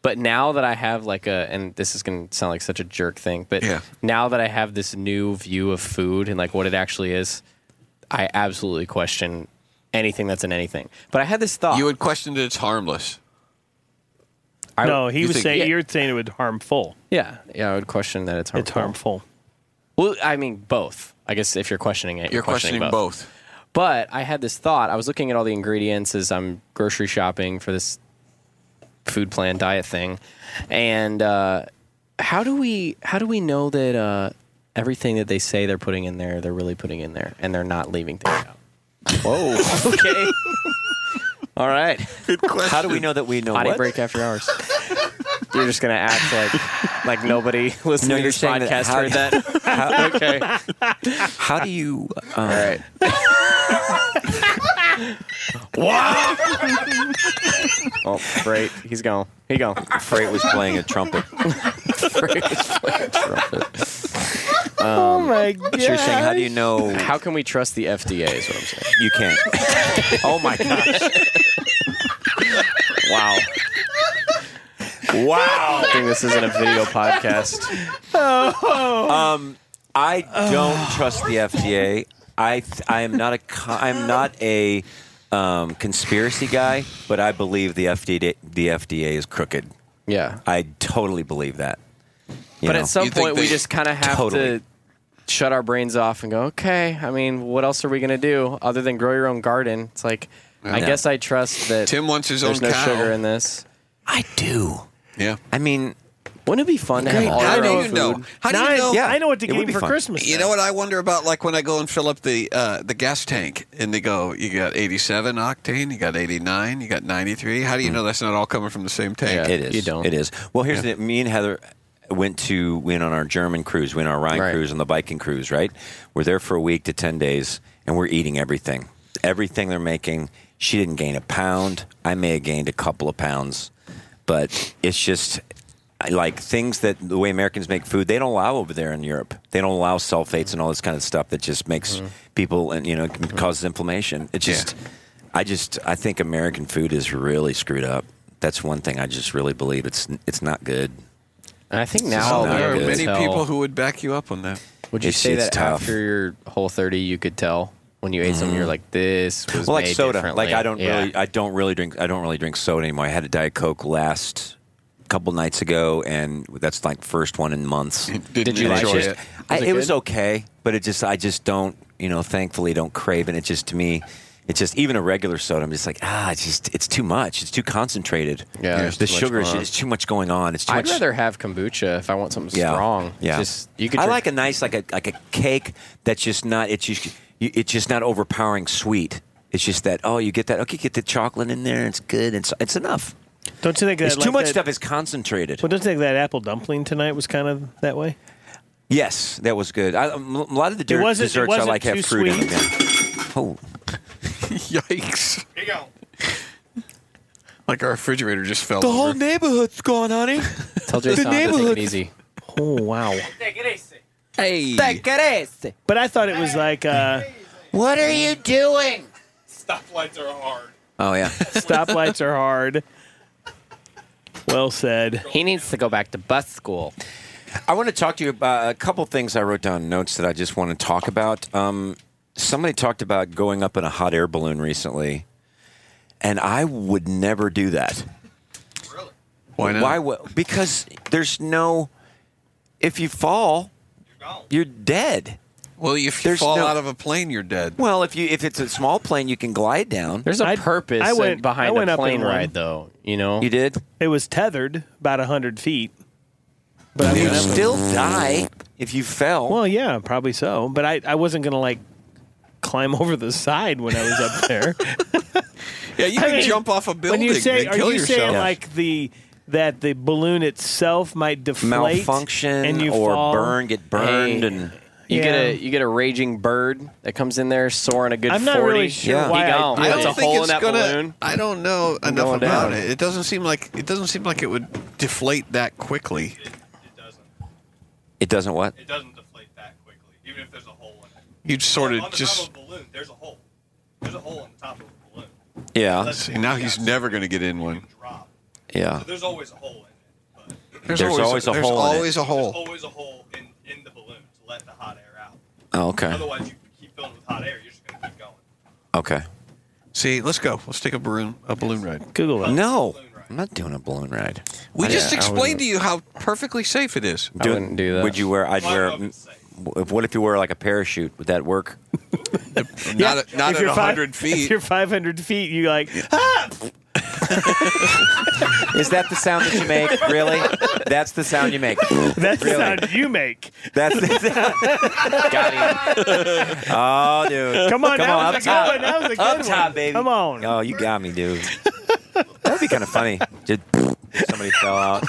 But now that I have like a and this is going to sound like such a jerk thing, but
Yeah.
now that I have this new view of food and like what it actually is, I absolutely question anything that's in anything. But I had this thought.
You would question that it's harmless.
I,
no, he
you
was
think-
saying
yeah.
you're saying it would harmful.
yeah, yeah, I would question that it's harmful.
It's harmful.
Well, I mean both. I guess if you're questioning it, you're,
You're questioning, both.
But I had this thought. I was looking at all the ingredients as I'm grocery shopping for this food plan diet thing, and uh, how do we how do we know that uh, everything that they say they're putting in there, they're really putting in there, and they're not leaving things out? Whoa. <laughs> okay. all right.
How do we know that we know
Potty
what?
break after hours. You're just gonna act like like nobody listening
No,
to
you're
this
saying that
podcast
how-
heard that. okay.
<laughs> How do you? Um,
All <laughs> right. wow. oh, great. He's gone. He gone.
Freight was playing a <laughs> trumpet.
Oh my god!
Um, You're saying, how do you know
How can we trust the FDA? Is what I'm saying.
you can't? <laughs> oh my gosh!
Wow. Wow. I think this isn't a video podcast.
Um, I <sighs> don't trust the FDA. I th- I am not a co- I'm not a um, conspiracy guy, but I believe the FDA the FDA is crooked.
Yeah.
I totally believe that. You
But
know?
at some
You think
point, we
they-
just kind of have
Totally.
to shut our brains off and go, okay, I mean, what else are we going to do other than grow your own garden? It's like, I
Yeah.
guess I trust that
Tim wants his
there's
own
no
cow.
sugar in this.
I do.
yeah.
I mean,
Wouldn't it be fun to have all
How
your
do
own
you
food?
know? How do
Now I-
you know?
Yeah.
I know what to
It
get
would
him
be
for
fun.
Christmas.
You know what I wonder about? Like when I go and fill up the uh, the gas tank, and they go, "You got 87 octane, you got 89, you got 93." How do you know that's not all coming from the same tank?
It is.
You don't.
It is. Well, here's the me and Heather went to we went on our German cruise, we went on our Rhine
Right.
cruise, and the Viking cruise. Right, we're there for a week to ten days, and we're eating everything, everything they're making. She didn't gain a pound. I may have gained a couple of pounds, but it's just I like things that the way Americans make food, they don't allow over there in Europe. They don't allow sulfates and all this kind of stuff that just makes
Mm-hmm.
people and you know can- causes inflammation. It just, I just, I think American food is really screwed up. That's one thing I just really believe. It's it's not good.
And I think
So
now
Oh, there
you
are
could
many
tell-
people who would back you up on that.
would you
It's-
say
it's
that
tough. Mm-hmm.
after your whole thirty, you could tell when you ate something, you're like, this was
Well, like
made
soda.
differently.
Like I don't
Yeah.
really, I don't really drink. I don't really drink soda anymore. I had a diet coke last couple nights ago, and that's like first one in
<laughs>
months.
Did you
And
like
it's
it?
just- I, it,
it
was
good?
okay, but it just I just don't you know thankfully don't crave it. It just to me, it's just even a regular soda. I'm just like ah, it's just it's too much. It's too concentrated.
Yeah, there's
the
too much
sugar is
going on.
it's too much going on. It's too
I'd
much.
rather have kombucha if I want something strong.
Yeah,
Just, you could
I
drink-
like a nice like a like a cake that's just not it's just you- it's just not overpowering sweet. It's just that oh you get that okay get the chocolate in there it's good it's it's enough.
Don't you think that
It's
like
too much
that-
stuff is concentrated.
Well, don't you think that apple dumpling tonight was kind of that
<laughs>
way?
Yes, that was good. I, um, a lot of the
It wasn't- it
desserts I
wasn't
like
too
have fruit in
sweet.
them. yeah. Oh,
<laughs> Yikes! Here you go. Like our refrigerator just fell. over.
neighborhood's gone, honey.
Tell Jason to take
neighborhood-
it easy.
Oh wow!
Hey,
But I thought it was like uh,
What are you doing? Stoplights are hard. Oh
<laughs>
yeah.
stoplights are hard. Well said.
He needs to go back to bus school.
I want to talk to you about a couple things I wrote down in notes that I just want to talk about. Um, somebody talked about going up in a hot air balloon recently, and I would never do that.
why not?
Why? wo- Because there's no. If you fall, you're dead.
well, if you
There's
fall
no-
out of a plane, you're dead.
Well, if you if it's a small plane, you can glide down.
There's a
I-
purpose
I went-
behind
I went
a
up in
plane
one.
ride, though. You know,
You did.
It was tethered about hundred feet. But I
You
mean,
would still die if you fell.
well, yeah, probably so. But I, I wasn't gonna like climb <laughs> over the side when I was up
<laughs>
there.
Yeah, you
I
can
mean,
jump off a building
when you say,
and
are
kill
you
yourself.
saying like the that the balloon itself might deflate,
malfunction
and you
or
fall?
burn, get burned,
Hey.
and
You get a
Yeah.
you get a raging bird that comes in there soaring a good.
I'm not
40.
really sure
Yeah.
why
He
I
gone.
did
I
it.
don't
That's a
think
hole
it's
in that
gonna,
balloon.
I don't know enough
going
about
down.
it. It doesn't seem like it doesn't seem like it would deflate that quickly.
it doesn't what?
It doesn't deflate that quickly, even if there's a hole in it.
You'd sort
on
of
the
just
top of a balloon, there's a hole. There's a hole on the top of a balloon.
Yeah,
see. Now he's never going to get in one.
Drop.
yeah.
There's always a hole in it, but
There's,
always a
there's
hole in it.
always a
there's
hole.
always a hole in, in the balloon to let the hot air out.
Oh, okay,
Otherwise, you keep filling with hot air, you're just going to keep going.
okay.
See, let's go. Let's take a balloon a balloon ride.
Google that.
No, I'm not doing a balloon ride.
We
I-
just
yeah, I
explained to you how perfectly safe it is.
I wouldn't do that.
Would you wear? I'd
Well, I
wear.
don't know if it's safe.
If, what if you wear like a parachute? Would that work?
Not a, not
If
at
you're five-
100
<laughs> If
feet.
you're 500 feet,
<laughs>
you like, ah!
Is that the sound that you make? <laughs> Really? That's the sound you make.
that's the
Really?
sound you make.
That's the <laughs>
Got him.
Oh, dude.
Come on,
Come
that
on,
was a
up
good one. That was a good
Up
one.
top, baby.
Come on.
Oh, you got me, dude. That'd be kind of funny. Just somebody fell out.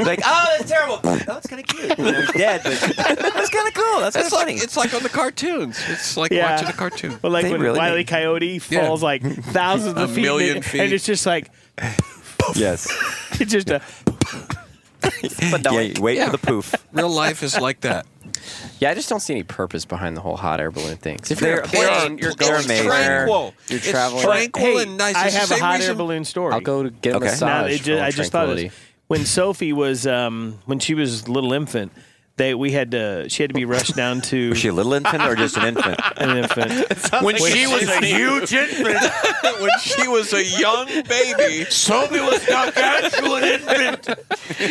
Like, oh, that's terrible. Oh, that's kind of cute. You know, he's dead, but that's kind of cool. That's kind
It's
of
like
funny.
it's like on the cartoons. It's like
Yeah.
watching a cartoon.
But like
They
when
really
Wiley
did.
Coyote falls
<laughs>
like thousands of feet, in
million
it,
feet.
and it's just like <laughs>
yes.
it's just a
<laughs> Yeah, you wait for the poof.
Real life is like that.
Yeah, I just don't see any purpose behind the whole hot air balloon thing. 'Cause If
They're-
you're in a
they are-
plane, you're
they're
going
amazing.
somewhere.
Tranquil.
You're
It's
traveling.
tranquil
hey,
and nice.
I
It's the
have a
same
hot air
reason-
ballown story.
I'll go to get a
Okay.
Now,
massage.
it ju-
for
I just thought it
tranquility.
was, when Sophie was um, when she was little infant, they we had to she had to be rushed down to
Was <laughs> she a little infant or just an
<laughs>
infant?
an
<laughs>
infant.
When she
was a huge infant.
when she was a young baby,
Sophie was not
<laughs>
actual an infant.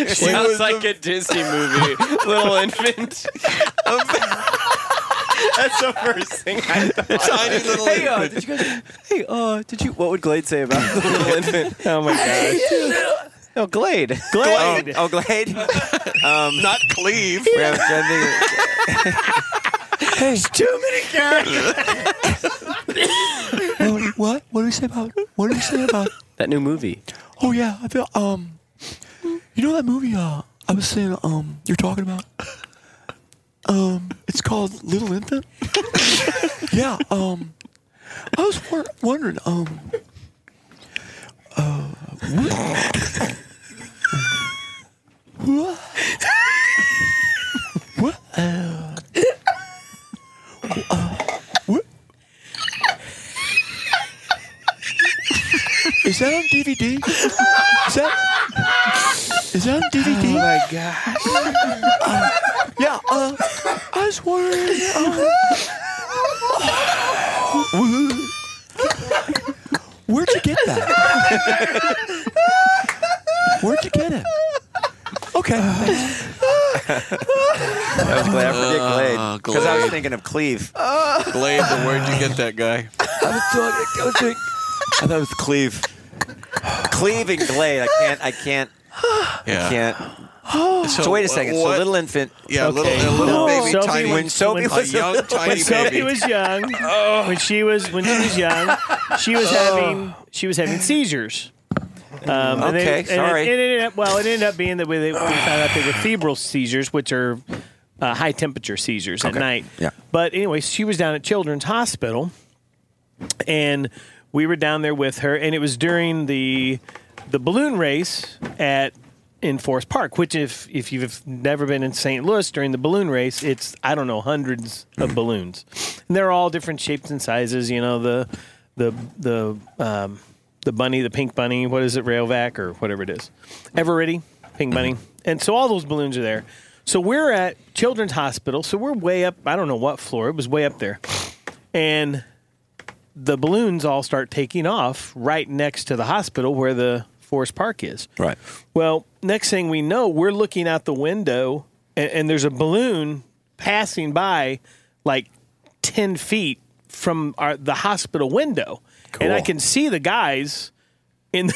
Sounds like a Disney movie. Little infant. <laughs> That's the first thing I thought.
tiny little
Hey,
um,
uh, did you guys? Hey, uh, did you? What would Glade say about the little infant?
Oh my gosh,
No, Glade. Um,
Glade.
Oh, Glade.
Not cleave.
We haven't done the-
Too many characters.
what? What do we say about? What do we say about?
That new movie.
Oh yeah, I feel um. You know that movie? Uh, I was saying um. You're talking about. Um, it's called Little Infant. <laughs> yeah. Um, I was wor- wondering. Um. Uh, what? what? What? Uh, uh, what? Is that on DVD? Is that is that on DVD? Oh my gosh! yeah, uh, I was wondering. um, <laughs> where'd you get that? Where'd you get it? Okay. thanks.
I was glad I forget Glade because I was
Uh, Glade.
thinking of Cleve.
Glade, the where'd you get that guy?
I was doing, I was doing, I thought it was Cleve. Cleve and Glade. I can't. I can't.
Yeah.
Can't. So, wait a second. So
what-
little infant.
Yeah,
Okay.
little, a little
Oh.
baby,
Sophie
tiny,
When Sophie
a
was
young,
<laughs> when
tiny
Sophie
baby.
was young,
<laughs> Oh.
when she was when she was young, she was having she was having seizures. Um, and
Okay,
it,
sorry.
And it, it ended up, well, it ended up being that we, they, we found out they were febrile seizures, which are uh, high temperature seizures at night.
Yeah.
But anyway, she was down at Children's Hospital, and we were down there with her, and it was during the the balloon race at in Forest Park, which if if you've never been in St. Louis during the balloon race, it's I don't know hundreds of balloons, and they're all different shapes and sizes. You know the the the um, the bunny, the pink bunny, what is it, Railvac or whatever it is, Everready, pink bunny, and so all those balloons are there. So we're at Children's Hospital, so we're way up. I don't know what floor it was, way up there, and the balloons all start taking off right next to the hospital where the Forest Park is.
Right.
Well, next thing we know, we're looking out the window and, and there's a balloon passing by like 10 feet from our, the hospital window. And I
Cool.
can see the guys in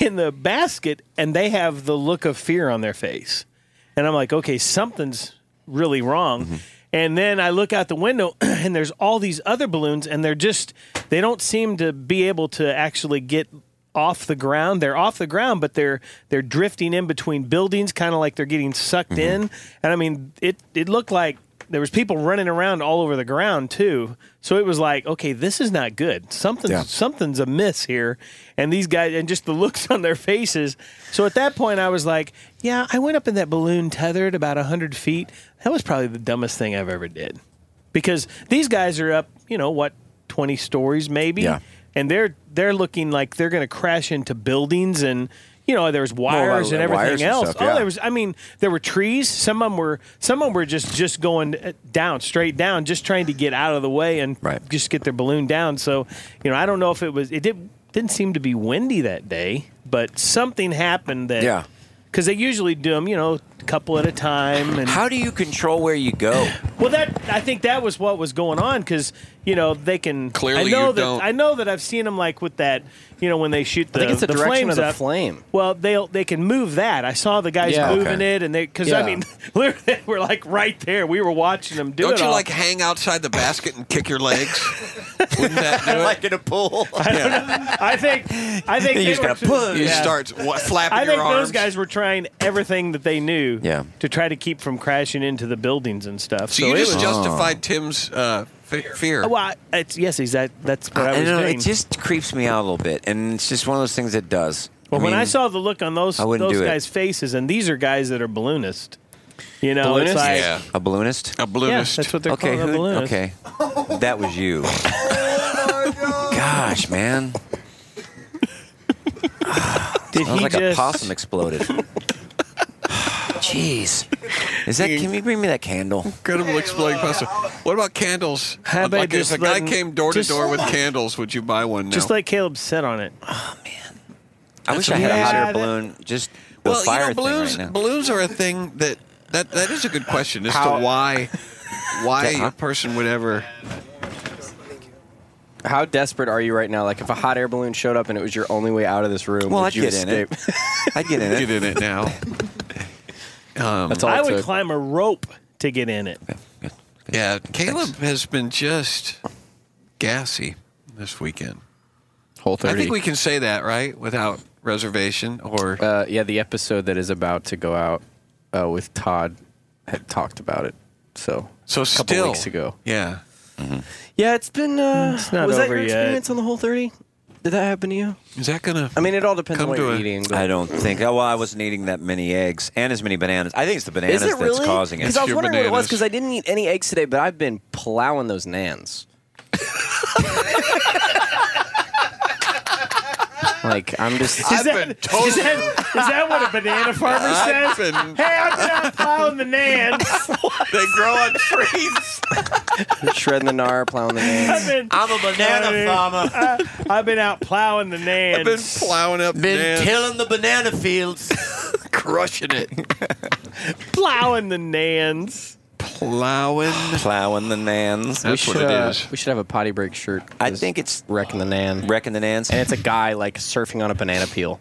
in the <laughs> basket and they have the look of fear on their face. And I'm like, okay, something's really wrong. And then I look out the window <clears throat> and there's all these other balloons and they're just they don't seem to be able to actually get off the ground. They're off the ground, but they're they're drifting in between buildings kind of like they're getting sucked in. And I mean, it it looked like there was people running around all over the ground too. So it was like, okay, this is not good. Something's
Yeah.
something's amiss here. And these guys and just the looks <laughs> on their faces. So at that point I was like, yeah, I went up in that balloon tethered about 100 feet. That was probably the dumbest thing I've ever did. Because these guys are up, you know, what 20 stories maybe.
Yeah.
And they're they're looking like they're going to crash into buildings and you know, there's
lot of
wires and
wires
everything
and
else.
stuff, yeah.
Oh, there was I mean, there were trees. Some of them were some of 'em were just just going uh, down, straight down, just trying to get out of the way and
Right.
just get their balloon down. So, you know, I don't know if it was it did didn't seem to be windy that day, but something happened that
Yeah.
Because they usually do them, you know, a couple at a time, and
How do you control where you go?
well, that I think that was what was going on because you know they can
Clearly
I know
you
that
don't.
I know that I've seen them like with that, you know, when they shoot the
I think it's the, direction
flames
of the
up.
flame.
Well, they will they can move that. I saw the guys
Yeah.
moving
Okay.
it, and they because I
Yeah.
mean, <laughs> literally, they were like right there. We were watching them do
Don't
it.
you
all.
like hang outside the basket and kick your legs? Wouldn't that do it?
in a pool.
<laughs> I, don't know. I think I think
You
they
just
were
gotta
too-
push.
you
yeah.
start what, flapping
I
your
think
arms.
those guys were trying everything that they knew
Yeah.
to try to keep from crashing into the buildings and stuff.
so you
it
<laughs>
just
was,
justified Tim's uh, fe- fear.
well, I- it's, yes, exactly. That's what I,
I
was
know,
doing.
it just creeps me out a little bit, and it's just one of those things that does.
Well, when I
mean,
saw the look on those
I wouldn't
those
do it.
guys' faces, and these are guys that are balloonists. You know,
Balloonists?
it's like,
yeah,
a balloonist,
a
yeah,
balloonist.
that's what they're
okay,
called. a
who-
balloonist.
okay, that was you. Gosh, man,
Did
I was
he
like a
just?
possum
<laughs>
exploded. Jeez, is that? Can you bring me that candle?
Incredible exploding pasta. What about candles?
How about
like
just
if a guy
letting-
came door to
just-
door with candles, would you buy one now?
Just like Caleb said on it.
I wish I had a hot
Yeah,
air
that-
balloon. Just the
well,
fire
you know, balloons.
thing right now.
balloons are a thing that that that is a good question as
How-
to why why
Yeah.
a person would ever.
How desperate are you right now? Like if a hot air balloon showed up and it was your only way out of this room,
Well,
would
I'd
you
get in
escape?
it. I'd get in it.
Get in it now.
<laughs> That's all
I
it
would
took.
climb a rope to get in it.
Yeah, Caleb has been just gassy this weekend.
Whole
I
thirty.
think we can say that, right? Without reservation or
uh, yeah, the episode that is about to go out uh, with Todd had talked about it. So
so
a couple
still
weeks ago.
Yeah.
Yeah, it's been. Uh,
Mm, not
was that
over
your
yet.
experience on the whole thirty? Did that happen to you?
Is that gonna
I mean, it all depends
Come
on what
to
you're
a-
eating. but-
I don't think. Oh, well, I wasn't eating that many eggs and as many bananas. I think it's the bananas
Is it
that's
really?
causing it.
Because I was
Your
wondering what it
bananas.
was because I didn't eat any eggs today, but I've been plowing those nans. <laughs> like I'm just
Is that, is, that, is that what a banana farmer
I've
says?
been,
Hey, I'm not plowing the nans.
they grow on trees.
<laughs> shredding the gnar, plowing the
I've
nans.
been,
I'm a banana
<laughs>
farmer.
I've been out plowing the nans.
I've been plowing up
Been
nans,
tilling the banana fields.
crushing it.
plowing the nans.
Plowing
Plowing the nans.
That's what it
uh,
is.
we should have a potty break shirt.
I
Just
think it's
wrecking the nan,
wrecking the nans.
and it's a guy like surfing on a banana peel.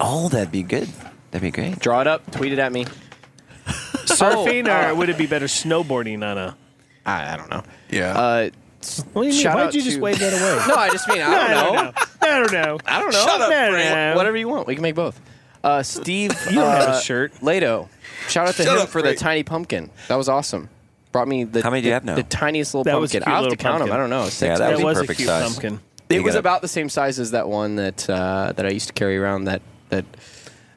oh, that'd be good. That'd be great.
Draw it up, tweet it at me. Oh.
Surfing, or Oh. would it be better snowboarding on a?
I, I don't know.
Yeah.
Uh, s-
What do you mean?
Shout
Why'd
out
you just
to- <laughs>
wave that away? <laughs>
no, I just mean I don't know.
I don't know.
I don't know.
Shut up, No, no, Brent. no.
Whatever you want. We can make both. Uh, Steve
<laughs> You don't have
uh,
a shirt.
Lato. Shout out to
Shut
him
up,
for
Brent.
the tiny pumpkin. That was awesome. Brought me the
How many do
the,
you have now?
the tiniest little
That was a
pumpkin.
cute
I'll have to
little
count them.
pumpkin.
I don't know. Six.
Yeah, that
That
would be
was a
perfect
cute
size.
pumpkin.
you
it was
gotta-
about the same size as that one that uh, that I used to carry around. That that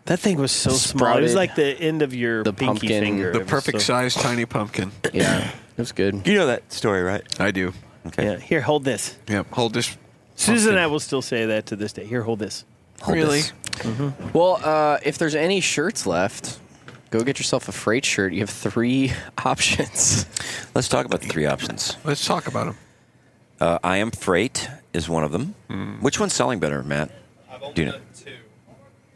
That thing was so small. It was
Sprouted.
like the end of your
The
pinky
pumpkin,
finger.
the
It was
perfect
so-
size tiny pumpkin.
yeah, it was good.
You know that story, right?
I do.
Okay.
Yeah. Here, hold this.
Yep. Hold this.
Susan and I will still say that to this day. Here, hold this.
Hold
really?
this.
Well, uh, if there's any shirts left, go get yourself a freight shirt. You have three <laughs> options.
Let's talk about the three options.
Let's talk about them.
Uh, I am freight is one of them. Which one's selling better, Matt?
I've only
Do you know-
done two.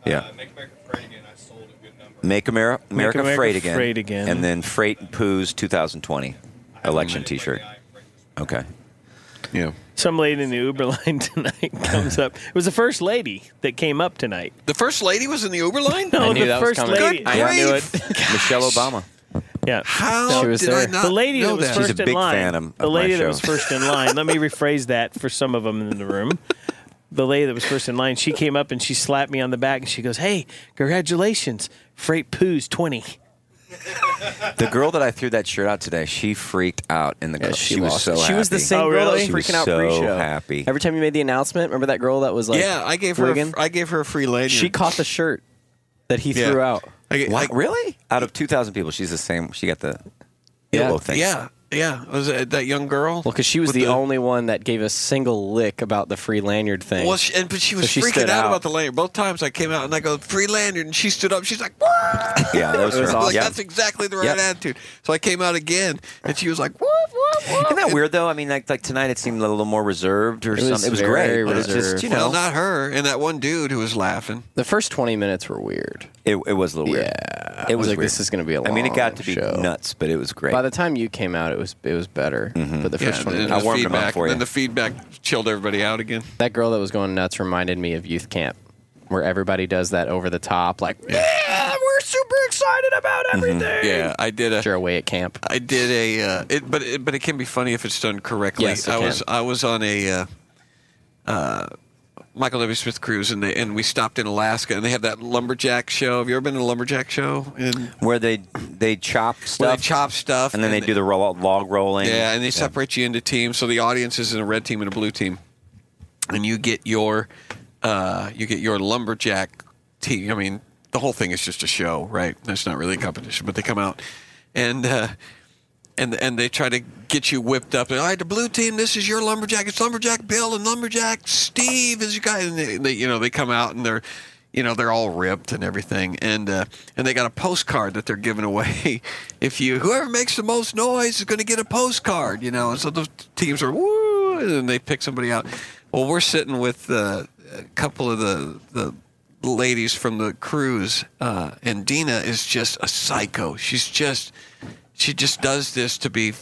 Yeah.
Uh, Make America Great Again. I sold a good number.
Make Ameri- America,
America
Freight again.
Freight Again.
And then Freight and Pooh's 2020 election T-shirt. Okay.
Yeah.
Some lady in the Uber line <laughs> tonight comes up. It was the first lady that came up tonight.
The first lady was in the Uber line?
Oh,
No,
I knew
the
that
first
was coming.
lady.
I knew it.
Michelle Obama.
Yeah.
How
She was
did I
there.
not
The lady
know
that was
that?
first
She's a
in
big
line.
fan of-
the
of my
lady that
show.
was
<laughs>
first in line. Let me rephrase that for some of them in the room. The lady that was first in line, she came up and she slapped me on the back and she goes, "Hey, congratulations, Freight Pooh's 20."
The girl that I threw that shirt out today, she freaked out in the
<laughs> Yeah,
girl.
she,
she, was
lost.
so
she
happy.
was the same
Oh,
girl that
really?
was
She
freaking
was
out pre-show.
so happy.
Every time you made the announcement, remember that girl that was like,
yeah, I gave her. A,
Wiggin?
I gave her a free lady.
she caught the shirt that he
Yeah.
threw out.
I ga-
Wow,
I-
really? Out of 2,000 people, she's the same. She got the yellow thing.
Yeah, yeah. Was it that young girl?
Well, because she was
With
the, only one that gave a single lick about the free lanyard thing.
Well, she, and but she was
she
freaking
stood
out,
out.
about the lanyard. Both times I came out and I go free lanyard, and she stood up. She's like, "Wah!"
Yeah, that
<laughs>
was,
It was
her.
awesome.
like
Yeah.
that's exactly the right
Yep.
attitude. So I came out again, and she was like, whoop, whoop, whoop.
Isn't that weird though? I mean, like like tonight, it seemed a little more reserved or
It was
something. It was
very
great, but it's just
reserved.
you
Well,
know,
not her and that one dude who was laughing.
the first 20 minutes were weird.
it, it was a little weird.
Yeah. I
it was
was like,
weird.
this is gonna be a
I mean, it
long
got to be
show.
nuts, but it was great.
By the time you came out, it was it was better.
Mm-hmm.
But the first
yeah,
one,
and
I
the
warmed him up
feedback.
for
and
you.
then the feedback chilled everybody out again.
that girl that was going nuts reminded me of youth camp, where everybody does that over the top, like
Yeah, we're super excited about everything. Yeah, I did a.
you're away at camp.
<laughs> I did a, uh, it, but it, but it can be funny if it's done correctly.
Yes, it
I
can.
was I was on a uh, uh, Michael W. Smith cruise and they and we stopped in Alaska and they have that lumberjack show. Have you ever been to a lumberjack show? And
where they they chop stuff,
where they chop stuff
and then they do the ro- log rolling.
yeah, and they separate you into teams. So the audience is in a red team and a blue team, and you get your uh, you get your lumberjack team. I mean, the whole thing is just a show, right? It's not really a competition, but they come out and. Uh, and, and they try to get you whipped up. And, All right, the blue team, this is your lumberjack. It's lumberjack Bill and lumberjack Steve is your guy. And they, they you know they come out and they're you know they're all ripped and everything. And uh, and they got a postcard that they're giving away. <laughs> if you whoever makes the most noise is going to get a postcard. You know. And so the teams are woo, and then they pick somebody out. Well, we're sitting with uh, a couple of the the ladies from the cruise, uh, and Dina is just a psycho. She's just, she just does this to be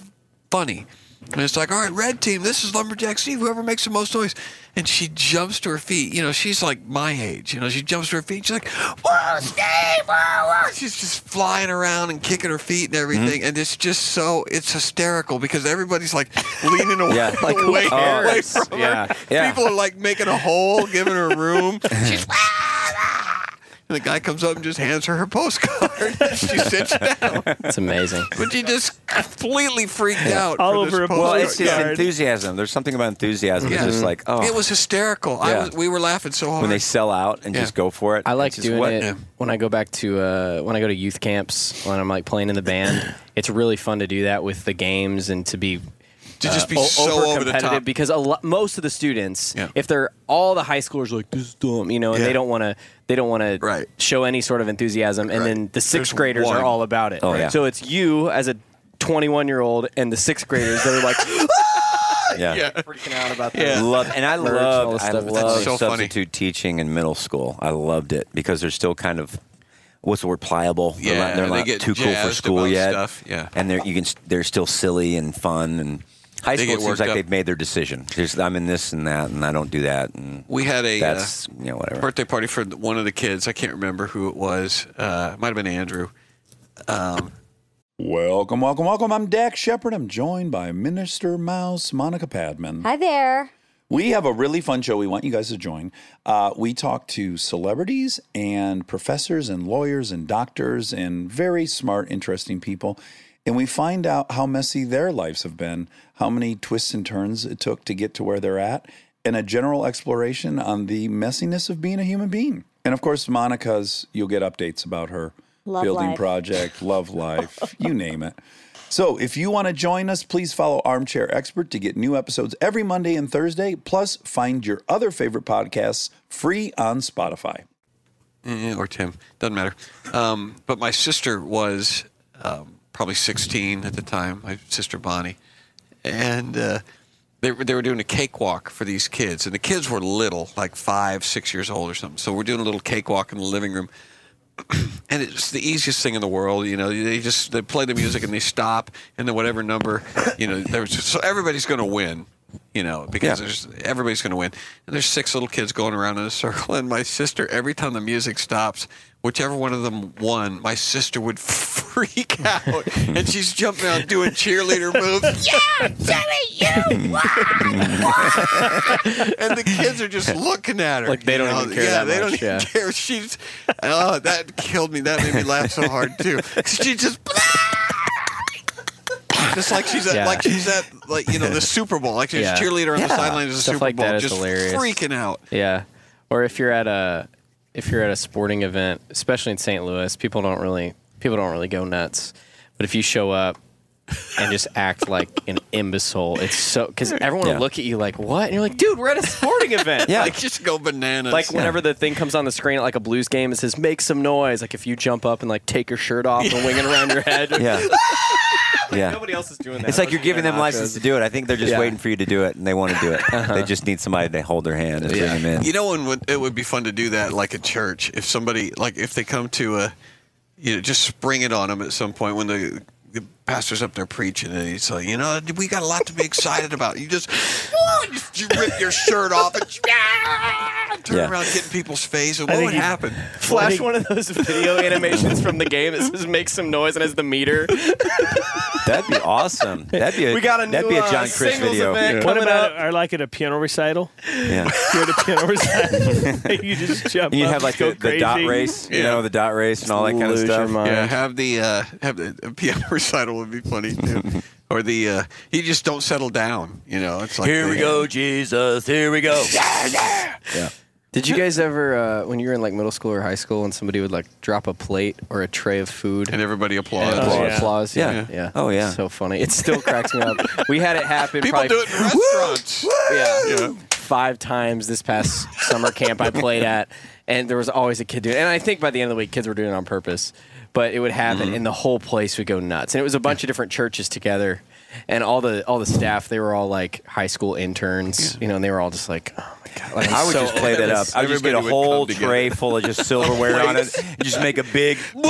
funny. And it's like, all right, red team, this is Lumberjack Steve, whoever makes the most noise. And she jumps to her feet. You know, she's like my age. You know, she jumps to her feet. She's like, whoa, Steve, whoa, whoa. She's just flying around and kicking her feet and everything. And it's just so, it's hysterical because everybody's like leaning <laughs>
<laughs>
away,
Yeah.
like, away,
cares?
away from
Yeah.
her.
Yeah.
People are like making a hole, giving
<laughs>
her room. she's, and the guy comes up and just hands her her postcard. <laughs> she sits down.
It's amazing.
But she just completely freaked out.
All
for
over a
this postcard.
Well, it's just
Postcard.
enthusiasm. There's something about enthusiasm. It's
Yeah.
just like, oh,
It was hysterical. I
Yeah.
was, we were laughing so hard.
when they sell out and
Yeah.
just go for it.
I like
It's just
doing
what-
it
Yeah.
when I go back to uh, when I go to youth camps when I'm like playing in the band. it's really fun to do that with the games and to be
to
uh,
just be
o-
so over the
competitive
top.
because a lo- most of the students,
Yeah.
if they're all the high schoolers, are like this is dumb, you know, and
Yeah.
they don't want to, they don't want
Right.
to show any sort of enthusiasm, and
Right.
then the sixth
There's
graders
one.
are all about it.
Oh, yeah.
So it's you as a 21 year old and the sixth graders that are like <laughs>
<laughs>
Yeah.
freaking out about
Yeah.
this.
Love and I
Merge and all
love
this
I
stuff. It's
love
so funny.
substitute teaching in middle school. I loved it because they're still kind of what's the word pliable. They're
Yeah,
not, they're
they
not
get
too cool for
jazzed
school
about
yet.
stuff, yeah.
and they're you can they're still silly and fun and high
They
school
get
seems
worked
like
up.
they've made their decision. There's, I'm in this and that and I don't do that and
we had a uh,
that's you know whatever.
birthday party for one of the kids. I can't remember who it was. Uh, it might have been Andrew.
Welcome, welcome, welcome. I'm Dak Shepard. I'm joined by Minister Mouse Monica Padman.
Hi there.
We have a really fun show we want you guys to join. Uh, we talk to celebrities and professors and lawyers and doctors and very smart, interesting people. And we find out how messy their lives have been, how many twists and turns it took to get to where they're at, and a general exploration on the messiness of being a human being. And of course, Monica's, you'll get updates about her
Love
building
life.
project, love
<laughs>
life, you name it. So, if you want to join us, please follow Armchair Expert to get new episodes every Monday and Thursday. Plus, find your other favorite podcasts free on Spotify.
Eh, or Tim, doesn't matter. Um, but my sister was um, probably 16 at the time. My sister Bonnie, and uh, they were- they were doing a cakewalk for these kids, and the kids were little, like five, six years old or something. So we're doing a little cakewalk in the living room, and it's the easiest thing in the world. You know, they just they play the music and they stop, and then whatever number, you know, there's so everybody's going to win. You know, because
Yeah.
there's everybody's going to win, and there's six little kids going around in a circle. And my sister, every time the music stops, whichever one of them won, my sister would <laughs> freak out, and she's jumping out doing cheerleader moves. Yeah, Jenny, you and the kids are
<laughs>
just looking at her.
Like, they
you
don't
know?
even care
Yeah,
that
they don't
much,
even
yeah.
care. She's oh, that killed me. That made me laugh so hard too. <laughs> She just just like she's at
Yeah.
like she's at like you know
<laughs>
the Super Bowl. Like she's
Yeah.
a cheerleader on the sidelines of the
Stuff
Super
like
Bowl,
that is
just
hilarious.
freaking out.
Yeah. Or if you're at a if you're at a sporting event, especially in St. Louis, people don't really people don't really go nuts. But if you show up and just act like an imbecile, it's so because everyone
Yeah.
will look at you like what, and you're like, dude, we're at
<laughs>
a sporting event.
Yeah.
Like just go bananas.
Like whenever the thing comes on the screen at like a blues game, it says "make some noise." Like if you jump up and like take your shirt off and wing it around your
<laughs>
head,
<laughs>
yeah. Yeah.
nobody else is doing
<laughs>
that.
It's like you're giving them license to do it. I think they're just
Yeah. Uh-huh.
waiting for you to do it, and they want to do it. They just need somebody to hold their hand and bring
<laughs>
them in.
You know, when would, it would be fun to do that, like a church. If somebody, like, if they come to a, you know, just spring it on them at some point when the, the pastor's up there preaching, and he's like, you know, we got a lot to be excited about. You just, you just- you rip your shirt off and <laughs> turn
Yeah.
around, get in people's face, and what
think
would
you-
happen?
Flash one of those video animations from the game that says "make some noise" and has the meter.
That'd be awesome. That'd be a,
We got a
that'd be
new,
a John
uh,
Chris
singles
video.
event
What
coming
about
up.
or like at a piano recital?
Yeah.
You're at a piano <laughs> recital. <laughs> you just jump.
And you
up,
have like
just go
the, the dot
crazy.
race, you
Yeah.
know, the dot race and all that kind of
Lose your
stuff.
mind.
Yeah, have the uh, have the a piano <laughs> recital would be funny too, or the uh, you just don't settle down. You know, it's like
Here we
the-
go, Jesus. Here we go.
Did you guys ever, uh, when you were in like middle school or high school, and somebody would like drop a plate or a tray of food Oh,
and everybody applauds.
applause?
yeah.
applause? Yeah.
Yeah.
yeah,
Oh, yeah.
So funny. It still cracks me up. We had it happen.
People
probably
do it in restaurants.
yeah,
Yeah.
five times this past summer camp I played at, and there was always a kid doing. it. And I think by the end of the week, kids were doing it on purpose, but it would happen,
Mm-hmm.
and the whole place would go nuts. And it was a bunch of different churches together, and all the all the staff they were all like high school interns, you know, and they were all just like, oh my god, like,
I would
so
just play that up. I would just get a
Everybody would
whole
come together.
tray full of just silverware on it and just make a big
fall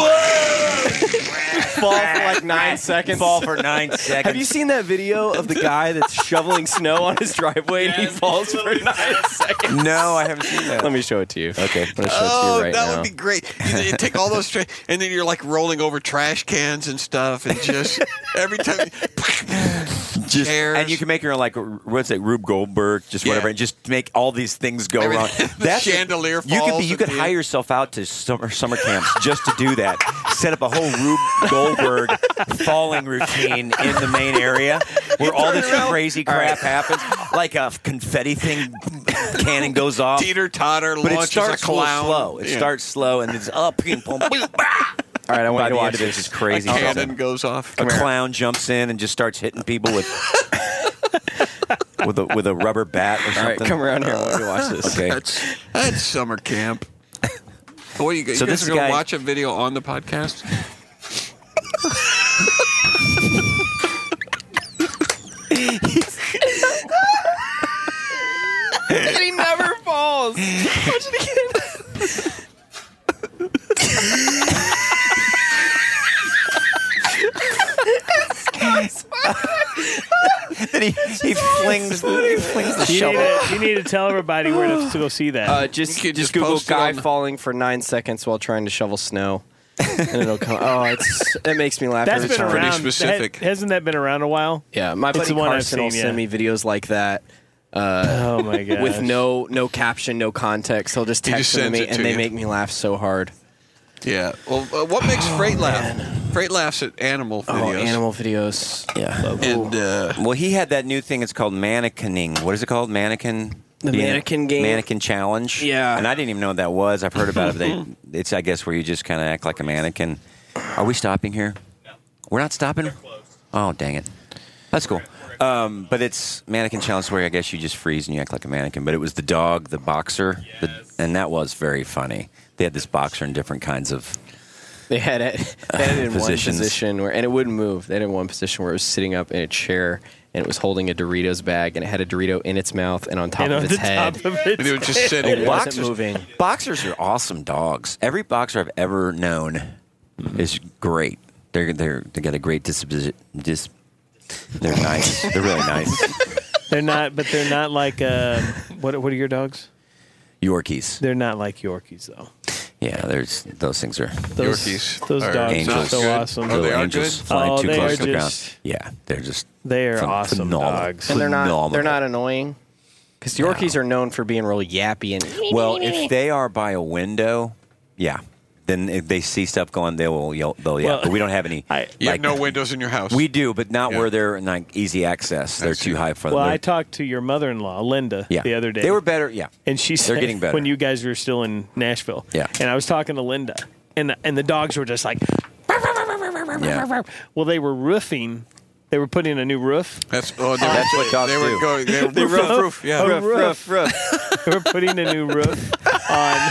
for
<laughs>
like nine seconds.
fall for nine seconds.
Have you seen that video of the guy that's shoveling snow on his driveway and he
<laughs>
falls for nine seconds?
No, I haven't seen that.
Let me show it to you. Okay. Let me show it to
Oh,
you right
that
now.
would be great. You, you take all those, tra- and then you're like rolling over trash cans and stuff, and just
<laughs>
every time.
Just-
Chairs.
and you can make your own like r- what's it, Rube Goldberg, just
Yeah.
whatever, and just make all these things go
Everything-
wrong.
<laughs> the chandelier
You could
falls
be, you
at
could
the
hire
end.
yourself out to summer summer camps just to do that. <laughs> Set up a whole Rube Goldberg falling routine in the main area where all this crazy crap happens, like a confetti thing cannon goes off.
Teeter totter
but it
launches a
starts a little
clown.
slow. It
Yeah.
starts slow and it's up. ping, pong, boom, bah.
<laughs> All right, I want
By
you to
the end
watch
of this is
this.
crazy.
Cannon goes off.
a clown jumps in and just starts hitting people with <laughs> with a with a rubber bat or something.
All right, come around here. I want you to watch this.
Okay.
That's that's summer
<laughs>
camp. What are you, guys-
So
you guys
this
are going
guy-
to watch a video on the podcast?
And <laughs> he never falls.
And he, he flings the he flings the
You need,
shovel.
to, you need to tell everybody where to, to go see that.
Uh, just
You could just
just, Google
post it
guy
on the-
falling for nine seconds while trying to shovel snow, and it'll come. Oh, it's it makes me laugh.
That's
every
been
time.
around.
specific.
that- hasn't that been around a while?
Yeah, my
It's
buddy
the one I've
Carson will
seen, yeah.
send me videos like that
Oh my god.
with
<laughs>
no no caption, no context. He'll just
He
text
just
them to
sends
me,
it
and
to
they
you.
make me laugh so hard.
Yeah. Well, uh, what makes
Oh,
Freight laugh? Freight laughs at animal
Oh,
videos.
animal videos.
Yeah.
And uh,
Well, he had that new thing. It's called mannequining. What is it called? Mannequin.
The mannequin game?
Mannequin challenge.
Yeah.
And I didn't even know what that was. I've heard about it. But
<laughs>
they, it's I guess where you just kind of act like a mannequin. Are we stopping here? No. We're not stopping. Oh dang it. That's cool. Um, but it's mannequin challenge where I guess you just freeze and you act like a mannequin. But it was the dog, the boxer, the, and that was very funny. They had this boxer in different kinds of.
They had it, they had it in one
Positions.
position where, and it wouldn't move. They had it in one position where it was sitting up in a chair and it was holding a Doritos bag and it had a Dorito in its mouth and on top
And
of
on
its
the
head.
<laughs> top of it.
they
<laughs>
were just
It
sitting.
wasn't moving.
Oh, Boxers are awesome dogs. Every boxer I've ever known
Mm-hmm.
is great. They're they're they got a great disposition. Dis, they're nice. they're really
<laughs>
nice.
They're not, but they're not like <laughs> um, what? What are your dogs?
Yorkies.
They're not like Yorkies though.
Yeah, there's those things are
Those,
Yorkies
Those
are
dogs are
angels.
so
Good.
awesome.
Oh, they
little
are
angels
good?
flying
Oh,
too
they
close
are
to the ground.
just-
Yeah, they're just
They are
phen-
awesome
phenomenal.
dogs.
And they're not they're
Phenomenal.
not annoying because Yorkies are known for being real yappy
<laughs>
and
Well, if they are by a window, yeah. Then if they see stuff going, they will yell. They'll yell.
Well,
but we don't have any.
<laughs> I-
You
like-
have no windows in your house.
We do, but not
Yeah.
where they're in, like easy access. They're too high for.
Well,
they're-
I talked to your mother-in-law Linda
yeah.
the other day.
They were better. Yeah.
and she said
they're getting better.
when you guys were still in Nashville.
Yeah.
and I was talking to Linda, and and the dogs were just like, <laughs>
Yeah.
well, they were roofing. They were putting a new roof.
That's, oh, they were-
That's what dogs
they were
do.
going. They were roof,
roof.
roof, yeah.
A roof. <laughs> they were putting a new roof on.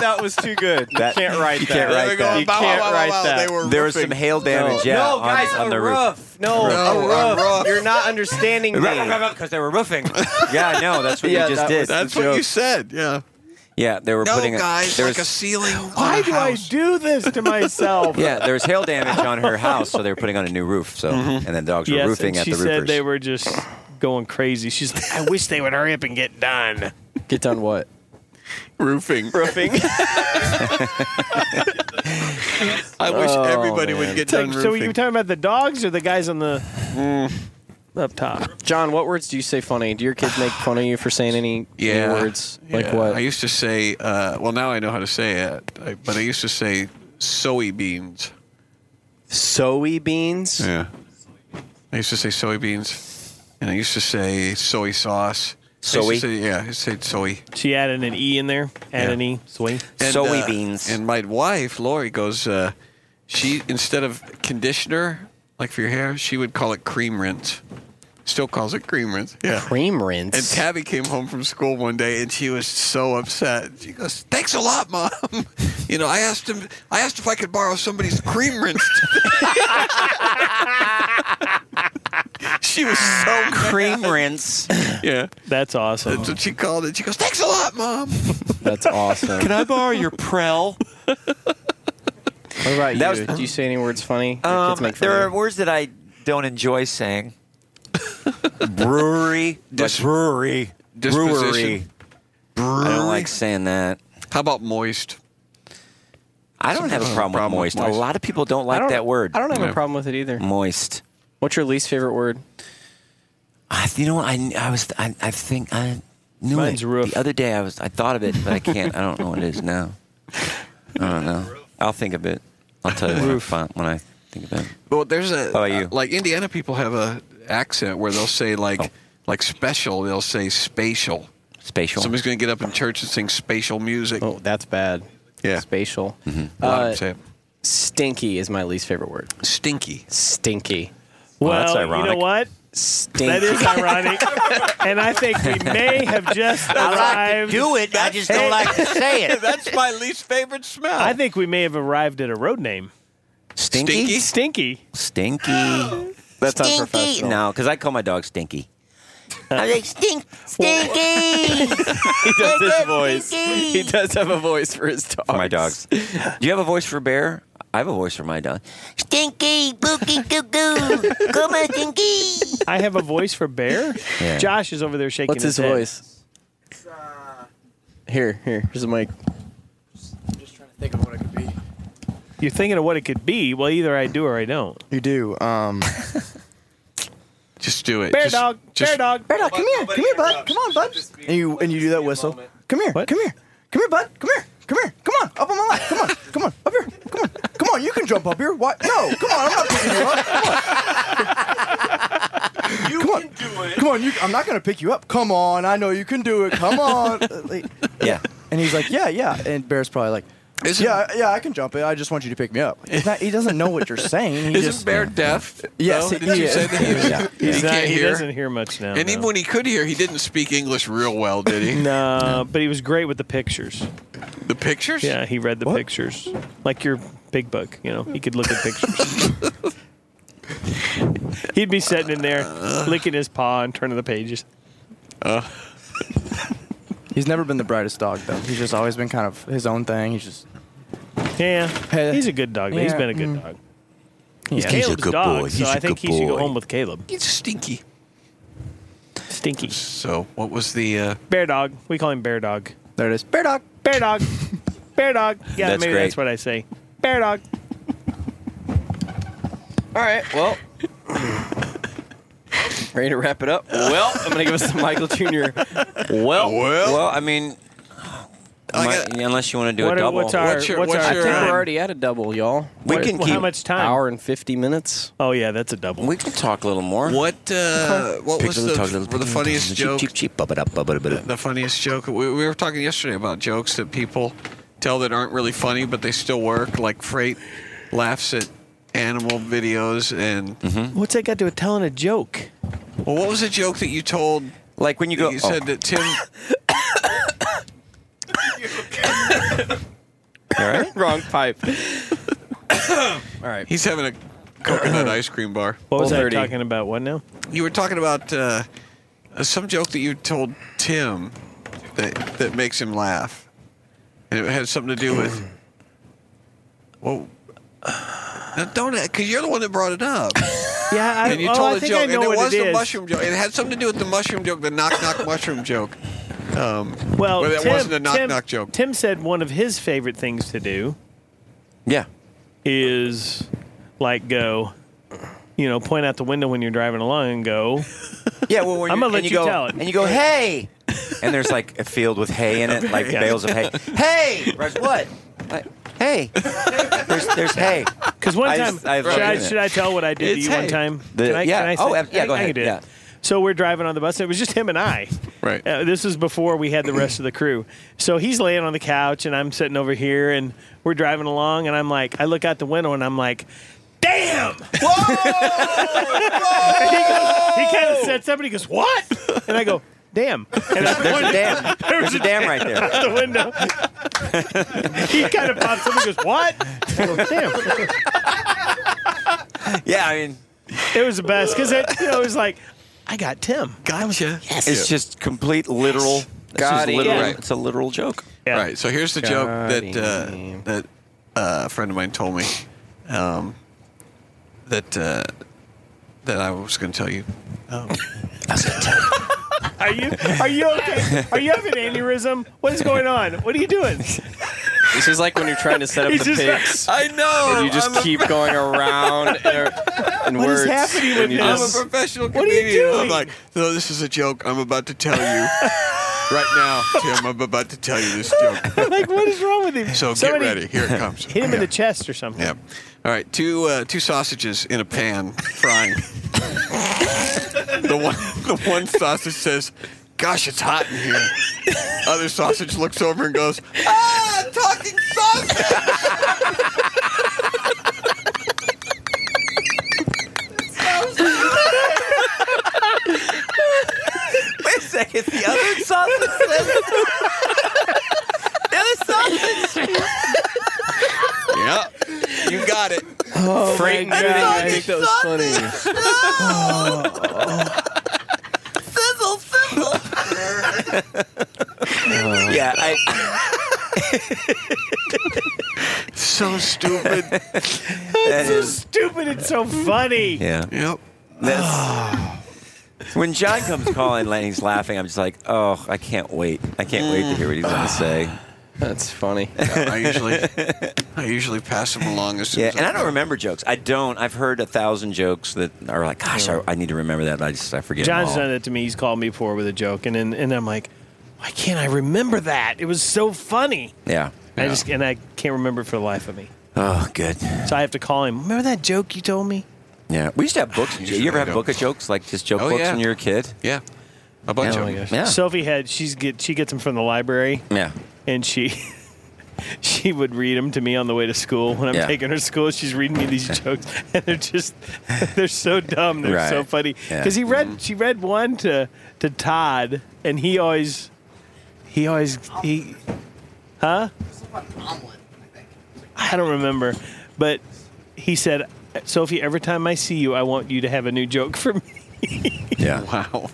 that was too good.
That-
you can't write
you
that.
can't write
They were going,
that.
You
"Bow,
can't
wow, wow,
write
wow."
that.
They were
There was some
roofing.
hail damage. Yeah.
<laughs> no,
on,
guys,
on
a
the
roof. No,
No, a
a roof.
roof.
You're not understanding me.
Because they were roofing. yeah, I know. That's what
Yeah,
you just
that
did.
was-
That's what you said. Yeah.
yeah, they were
No,
putting.
guys,
a, there
like a
was,
ceiling.
Why do I do this to <laughs>
<laughs>
myself?
yeah, there was hail damage on her house, so they were putting on a new roof. So, and then dogs were
Mm-hmm. Yes,
roofing
and
at
she
the
said
roofers.
they were just going crazy. She's like, I wish they would hurry up and get done.
get done what?
<laughs>
roofing?
<laughs>
Roofing.
I wish everybody would get done
so you
roofing.
were talking about the dogs or the guys on the Mm. up top?
John, what words do you say funny? Do your kids make fun of you for saying any, any words? Like
Yeah.
what?
I used to say. Uh, well, now I know how to say it, I, but I used to say soybeans.
Soy beans?
Yeah. I used to say soybeans, and I used to say soy sauce. I used to
Soy?
say- yeah, I used to say soy.
She added an E in there. Add
Yeah.
an E. Sweet.
Soy
uh,
beans.
and my wife, Lori, goes. Uh, she instead of conditioner, like for your hair, she would call it cream rinse. Still calls it cream rinse. Yeah.
Cream rinse.
And Tabby came home from school one day, and she was so upset. She goes, "Thanks a lot, mom. <laughs> You know, I asked him. I asked if I could borrow somebody's cream rinse." today." <laughs> she she was
Oh,
so
cream rinse.
yeah.
That's awesome.
That's what she called it. She goes, "Thanks a lot, mom."
That's awesome.
<laughs> Can I borrow your Prel?
what about
That
you?
was-
Do you say any words funny? Your kids
Um,
make fun
there are
of you?
words that I don't enjoy saying. brewery,
Dis-
like brewery, brewery.
Disposition.
I don't like saying that.
How about moist?
I don't have a problem,
problem
with
with
moist.
moist.
A lot of people don't like
I don't-
that word.
I don't have
Yeah.
a problem with it either.
Mm.
moist.
What's your least favorite word?
I, you know what? I, I was. I, I think I knew
Mine's
it
roof.
the other day. I was. I thought of it, but I can't. I don't know what it is now. I don't know. I'll think of it. I'll tell you when I, find, when I think of it.
Well, there's a
How about you?
uh, like Indiana people have a accent where they'll say like like special. They'll say spatial.
Spatial.
Somebody's going to get up in church and sing spatial music.
Oh, that's bad.
Yeah. Mm-hmm.
Spatial.
A lot of
Uh,
them say it.
stinky is my least favorite word.
<laughs>
Stinky.
Stinky.
well,
that's
you know
ironic.
what?
Stinky.
That is <laughs> ironic. and I think we may have just arrived.
it. I just don't like to say it.
That's my least favorite smell.
I think we may have arrived at a road name.
Stinky.
Stinky.
Stinky.
That's
Stinky.
unprofessional.
No, because I call my dog <laughs> Stinky. I like stink, stinky.
He does this voice. He does have a voice for his dogs.
my dogs. Do you have a voice for bear? I have a voice for my dog. Stinky, booky, goo goo. Come on, stinky.
I have a voice for bear.
Yeah.
Josh is over there shaking
What's his
head.
voice?
uh,
Here, here. Here's a mic.
I'm just trying to think of what it could be.
You're thinking of what it could be. Well, either I do or I don't.
You do. Um,
Just do it.
Bear
Just-
dog.
just-
bear dog.
Bear dog, come here,
nobody
come here, bud,
interrupts.
come on, bud.
Just be-
And you and you do
just be a
that whistle.
moment.
Come here,
What?
come here, come here, bud, come here, come here, come on, up on my lap, come on, come on, up here, come on, come on, you can jump up here. Why? No, come on, I'm not picking you up. Come on. You come can on. do it. Come on, you, I'm not gonna pick you up. Come on, I know you can do it. Come <laughs> on. Like-
Yeah.
and he's like, yeah, yeah. And Bear's probably like,
Isn't-
yeah, yeah, I can jump it. I just want you to pick me up. It's not- he doesn't know what you're saying. He
Isn't
just,
bear deaf?
Yes,
though?
he
Didn't you
is.
say that he, was- he
He's not-
can't
he
hear?
doesn't hear much now.
and even
no.
when he could hear, he didn't speak English real well, did he?
no, but he was great with the pictures.
The pictures?
Yeah, he read the pictures. Like your big bug, you know, he could look at pictures. He'd be sitting in there, licking his paw and turning the pages.
he's never been the brightest dog though. He's just always been kind of his own thing. He's just
Yeah,
Hey.
he's a good dog. though. He's
Yeah,
been a good
mm.
dog.
he's
Caleb's
good
dog,
boy.
so
He's
I
a
think
good
he should go
boy.
home with Caleb.
He's stinky.
Stinky
So what was the? Uh,
bear dog. We call him bear dog.
There it is. Bear dog.
Bear dog. bear dog. Yeah,
That's
maybe
great.
that's what I say. Bear dog.
All right. Well, ready to wrap it up? Well, I'm gonna give us the
<laughs>
Michael Jr.
Well,
Well.
well, I mean,
I
my-
got-
unless you want to do
What
a
are,
double.
what's our
What's your-
what's
what's
our
your- um,
I think
time?
we're already at a double, y'all.
we
What-
can
well,
keep.
how much time?
Hour and fifty minutes.
Oh yeah, that's a double.
We can talk a little more.
what? Uh, what was the, were the funniest joke?
Cheep, cheep, bubba, da, bubba, da, bubba.
The funniest joke. We, we were talking yesterday about jokes that people tell that aren't really funny, but they still work. Like Freight laughs at animal videos, and
What's that got to do with telling a joke?
well, what was the joke that you told?
Like when you go.
You
Mm-hmm. oh,
said that Tim.
all right.
<laughs> Wrong
<coughs>
pipe. All right.
He's having a coconut ice cream bar.
What was I
4:30.
talking about? What now?
You were talking about uh, some joke that you told Tim that that makes him laugh, and it had something to do with. <clears throat> Well, now don't because you're the one that brought it
<laughs>
up,
Yeah, I,
and you
oh,
told
I
a
think
joke,
I know
and it
what
was
it
the
is.
mushroom joke. It had something to do with the mushroom joke, the knock
<laughs>
knock mushroom joke.
Well,
Well, that
Tim,
wasn't a knock
Tim-
knock joke.
Tim said one of his favorite things to do
Yeah.
is like go, you know, point out the window when you're driving along and go.
Yeah. Well, when
I'm
you-
gonna let
and you go,
you tell it.
And you go, hey. and there's like a field with hay in it, like
Yeah.
bales of hay. Hey. Rush, what? Like, hey. There's there's hay.
Because one
I
time,
just- I've
should, I,
seen it.
should I tell what I did to
It's
you
hey.
one time?
The-
can I,
yeah.
Can I say,
Oh, ab- yeah,
I-
go
I can
ahead,
do it.
yeah.
So we're driving on the bus. and It was just him and I.
Right.
Uh, this is before we had the rest of the crew. So he's laying on the couch and I'm sitting over here and we're driving along and I'm like, I look out the window and I'm like,
<laughs>
damn. <laughs> He kind of said something. He goes, what? And I go, damn. And I
There's a dam. There's a dam right there.
out the
<laughs>
window. he kind of pops up and goes, what? I go, damn.
Yeah. I mean,
It was the best because it, you know, it was like, I got Tim.
Gotcha.
Yes.
It's just complete literal. It's
Got
just
him.
literal-
Right.
It's a literal joke.
Right. So here's the
Got
joke that uh,
him.
that uh, a friend of mine told me um, that uh, that I was going to tell you.
Are you are you okay? Are you having an aneurysm? What is going on? What are you doing?
This is like when you're trying to
<laughs>
set up
He's
the
just-
pigs.
I know.
And you just
I'm a-
keep
<laughs>
going around er, in
What is
words.
happening
and
with
you
this?
I'm a
just-
professional
What are you
comedian.
doing?
I'm like, no, this is a joke. I'm about to tell you right now, Tim. I'm about to tell you this
<laughs>
joke.
like, what is wrong with him?
So
Somebody
get ready. Here it comes.
Hit him in
Yeah.
the chest or something.
Yep. All right, two uh, two sausages in a pan frying. <laughs> the one the one sausage says, "Gosh, it's hot in here." Other sausage looks over and goes, "Ah, talking sausage."
Wait a second. The other sausage says. the other sausage.
yep, you got it.
Oh my God, I think that was funny.
Sizzle, sizzle.
Yeah, I,
So stupid.
that is.
Stupid. It's so funny.
Yeah.
Yep.
That's, when John comes calling and he's laughing, I'm just like, oh, I can't wait. I can't wait to hear what he's going to
Mm.
say.
That's funny.
I usually I usually pass them along as soon
Yeah,
as
and I don't remember jokes. I don't. I've heard a thousand jokes that are like, gosh, I, I need to remember that. but I just I forget. them
John's
all.
done it to me. He's called me before with a joke, and then, and I'm like, why can't I remember that? It was so funny.
Yeah.
I just and I can't remember it for the life of me.
Oh, good.
So I have to call him. Remember that joke you told me?
Yeah, we used to have
<sighs>
books. You,
Usually
ever
I
have
don't.
book of jokes, like just joke
Oh,
books
yeah.
when you were a kid?
Yeah, a bunch of them.
Yeah.
Sophie had she's get she gets them from the library,
Yeah.
and she <laughs> she would read them to me on the way to school when I'm
Yeah.
taking her to school. She's reading
<laughs>
me these jokes, and they're just <laughs> they're so dumb. They're
Right.
so funny
Yeah. Mm-hmm.
because he read she read one to to Todd, and he always he always he huh I don't remember, but he said, Sophie, every time I see you, I want you to have a new
<laughs>
joke for me.
Yeah. <laughs>
Wow.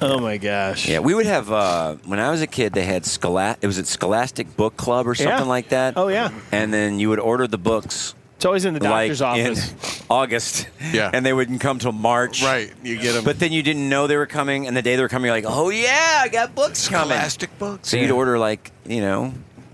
Oh my gosh.
Yeah, we would have uh, when I was a kid. They had Schola- It was at Scholastic Book Club or something
Yeah.
like that.
Oh yeah.
And then you would order the books
It's always in the doctor's
like
office.
in <laughs> August.
Yeah.
And they wouldn't come till March.
Right, you get them.
But then you didn't know they were coming, and the day they were coming, you're like, oh yeah, I got books coming.
plastic books.
So you'd order like you know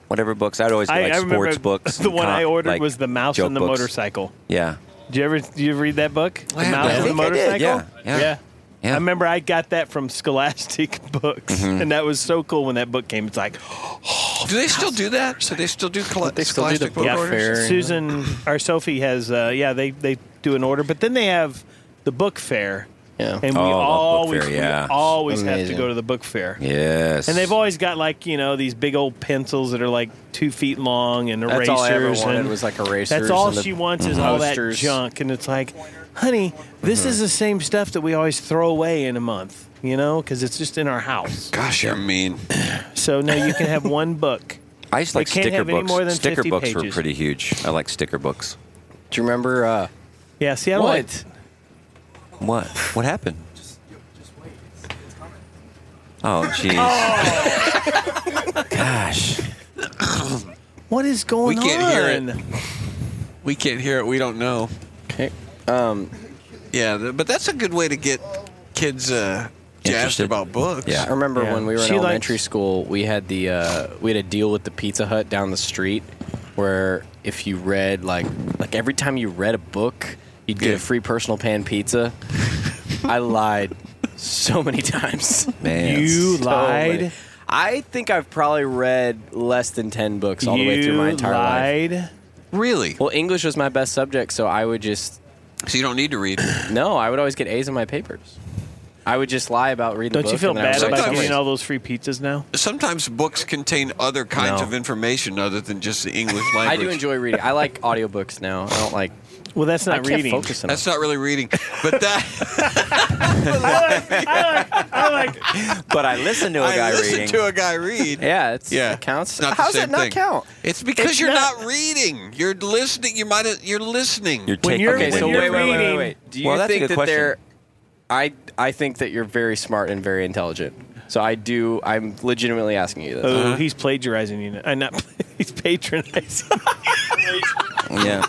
whatever books. I'd always get,
I,
like
I remember
sports books.
<laughs> The
and
one
com-
I ordered
like,
was the mouse
joke
and the
books.
motorcycle.
Yeah.
Did you ever did you ever read that book? The
Yeah,
mouse
I
think
and the
I did,
motorcycle.
yeah, yeah, yeah.
I remember I got that from Scholastic <laughs> Books, and that was so cool when that book came. It's like
Do they still do that? Do they still do colla-
They still do the
scholastic book
book
orders?
fair.
Susan or Sophie has. Uh, yeah, they they do an order, but then they have the book fair,
Yeah.
and we
Oh, the book
always
fair,
we
yeah.
always have to
Amazing.
go to the book fair.
Yes.
And they've always got like you know these big old pencils that are like two feet long and erasers.
That's all I ever wanted
and
was like erasers.
That's all
and the
she wants is all that
posters. Mm-hmm.
junk, and it's like, honey, this is the same stuff that we always throw away in a month, you know, because it's just in our house.
Gosh, you're mean.
So now you can
<laughs>
have one book.
I just
They
like
can't
sticker
have any
books.
more than
sticker
50
books were
pages.
pretty huge. I like sticker books.
Do you remember? Uh,
Yeah, see, I don't like.
what?
What? What happened? Oh jeez. Oh. Gosh.
What is going
We can't
on?
hear it. We can't hear it. We don't know.
Okay. Um,
Yeah, th- but that's a good way to get kids uh, jazzed
Interested.
about books.
I
Yeah.
remember
Yeah.
when we were in
She liked-
elementary school, we had the uh, we had a deal with the Pizza Hut down the street, where if you read like like every time you read a book, you'd get
Yeah.
a free personal pan pizza. I lied so many times.
Man.
You
So
lied.
many. I think I've probably read less than ten books all
you
the way through my entire life.
lied.
Really?
Well, English was my best subject, so I would just
So you don't need to read.
no. I would always get A's in my papers. I would just lie about reading. the
Don't
book
you feel
and then I
bad
was like,
about
Sometimes-
getting all those free pizzas now?
Sometimes books contain other kinds
<laughs>
No.
of information other than just the English language.
<laughs>
I do enjoy reading. I like audiobooks now. I don't like
Well, that's not reading.
That's not
<laughs>
really reading, but that.
But I listened to a guy
listen
reading.
to a guy read.
Yeah, it's,
Yeah.
it counts.
It's not the
How's
same
that not
thing.
count?
It's because
It's
you're
not-
not, reading. You're listening. You might. You're <laughs> listening.
You're
When
taking
you're-
Okay,
the
so
wind.
you're
wait, wait, wait, wait,
reading-
wait. Do you
Well, that's a
think
good
that
question.
they're? I I think that you're very smart and very intelligent. So I do. I'm legitimately asking you this.
Oh, he's plagiarizing <laughs> you. Uh, not he's patronizing.
Yeah.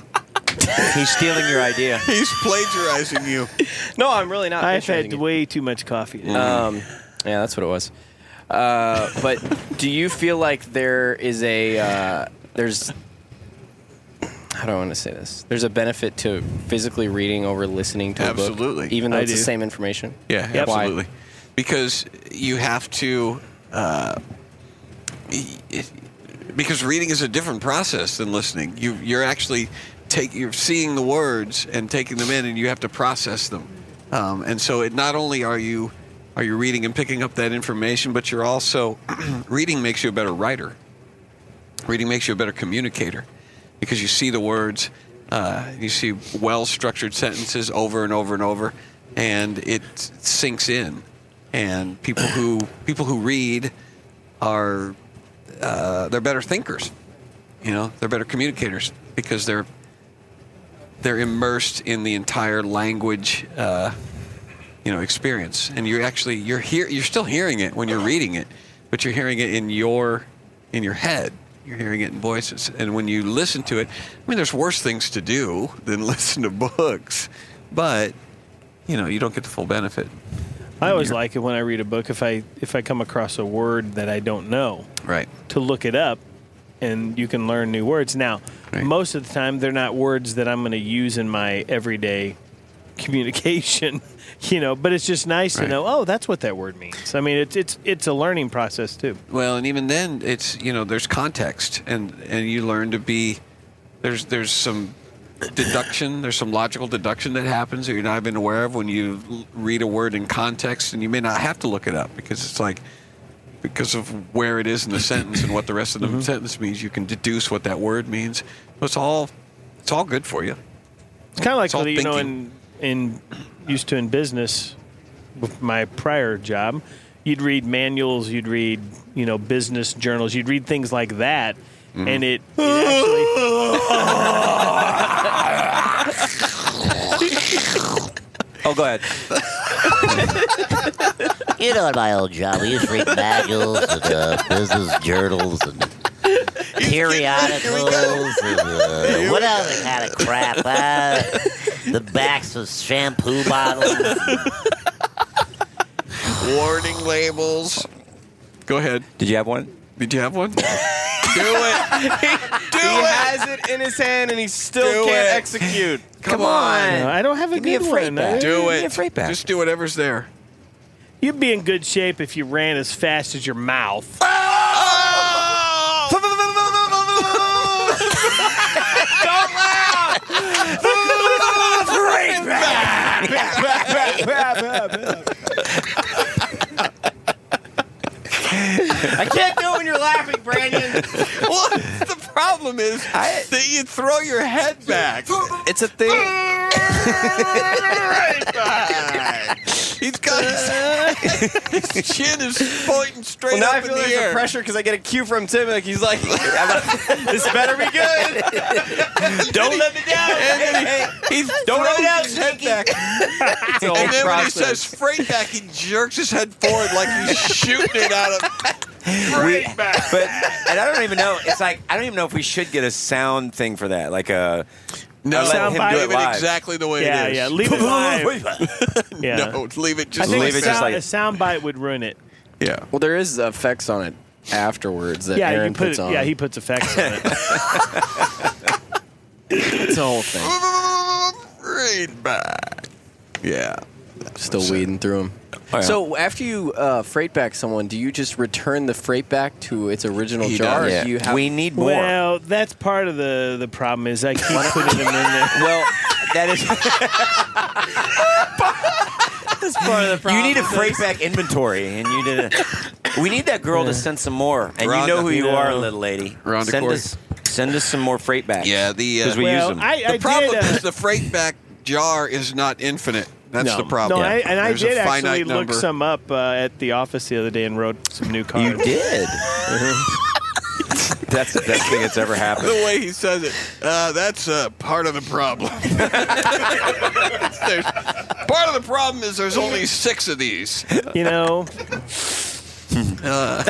He's stealing your idea.
He's plagiarizing you.
<laughs> no, <laughs> I'm really not.
I've had
patronizing you.
way too much coffee. today.
Um, yeah, that's what it was. Uh, but do you feel like there is a uh, there's how do I want to say this? There's a benefit to physically reading over listening to a book,
Absolutely.
even though
I
it's
do.
the same information.
Yeah,
Yep. Why?
absolutely. Because you have to. Uh, it, because reading is a different process than listening. You you're actually take you're seeing the words and taking them in, and you have to process them. Um, and so, it not only are you are you reading and picking up that information, but you're also <clears throat> reading makes you a better writer. Reading makes you a better communicator because you see the words, uh, you see well structured sentences over and over and over, and it sinks in. And people who people who read are uh, they're better thinkers. You know, they're better communicators because they're they're immersed in the entire language, uh, you know, experience. And you're actually you're hear you're still hearing it when you're reading it, but you're hearing it in your in your head. You're hearing it in voices. And when you listen to it, I mean, there's worse things to do than <laughs> listen to books, but you know, you don't get the full benefit.
I always like it when I read a book if I if I come across a word that I don't know
Right.
to look it up, and you can learn new words. Now,
Right.
most of the time they're not words that I'm going to use in my everyday <laughs> communication, <laughs> you know. But it's just nice to
Right.
know. Oh, that's what that word means. I mean, it's it's it's a learning process too.
Well, and even then, it's you know there's context, and and you learn to be there's there's some deduction, there's some logical deduction that happens that you're not even aware of when you l- read a word in context, and you may not have to look it up because it's like because of where it is <laughs> in the sentence and what the rest of the sentence means, you can deduce what that word means. So it's all it's all good for you.
It's kind of like
all
you know, in in used to in business, with my prior job, you'd read manuals, you'd read you know business journals, you'd read things like that, and it, it actually.
Oh, go ahead.
You know, at my old job, we used to read manuals and uh, business journals and periodicals and uh, what other kind of crap. Uh, the backs of shampoo bottles.
Warning labels. Go ahead.
Did you have one?
Did you have one? <laughs> do it. Do
He
it.
has it in his hand and he still
Do
can't
it.
execute.
Come, on.
I don't have a
me
good
a freight
one.
bag.
I-
Do
Give me a
it.
freight back.
Just do whatever's <laughs> there.
You'd be in good shape if you ran as fast as your mouth.
I can't do it when you're laughing, Brandon.
<laughs> well, the problem is that you throw your head back.
It's a thing.
He's got his,
<laughs>
his chin is pointing straight
Well, now I
up in
feel
the
there's a
air.
pressure because I get a cue from Tim. Like he's
<laughs>
like, "This better be good.
<laughs>
Don't let me down."
And then he, he
Don't let it
throws
out,
his head back. And then when he says freight back, he jerks his head forward like
<laughs>
he's shooting it out of.
we, but and I don't even know. It's like I don't even know if we should get a sound thing for that, like a
No,
let
him do it
leave it
live.
exactly the way
yeah,
it is.
yeah. Leave
<laughs>
it live. Yeah.
No, leave it
I
just
think
Leave
a
it
like
sound,
just like-
a sound bite would ruin it.
yeah.
Well, there is effects on it afterwards that
Yeah,
Aaron
you put
puts
it,
on.
yeah, he puts effects on it.
it's the whole thing.
Freight back. Yeah.
Still weeding through him.
Oh, yeah.
So after you uh, freight back someone, do you just return the freight back to its original
He
jar? or
does.
do you have,
we need more. Well,
Well, that's part of the the problem is I keep putting them in there.
that is
That's part of the
you need a freight back inventory, and you did it. We need that girl to send some more, and
Rhonda.
you know who you
Yeah.
are, little lady.
Rhonda
send
Corey.
us Send us some more freight bags.
Yeah, the uh,
because we
Well,
use them.
I-
the problem
did, uh,
is the freight back jar is not infinite. That's
no.
the problem.
No, I, and I
There's
did
a finite
actually
number.
look some up uh, at the office the other day and wrote some new cards.
did? That's the best thing that's ever
<laughs>
happened.
The way he says it, uh, that's uh, part of the problem. <laughs> There's- part of the problem is there's only six of these.
you know,
Uh,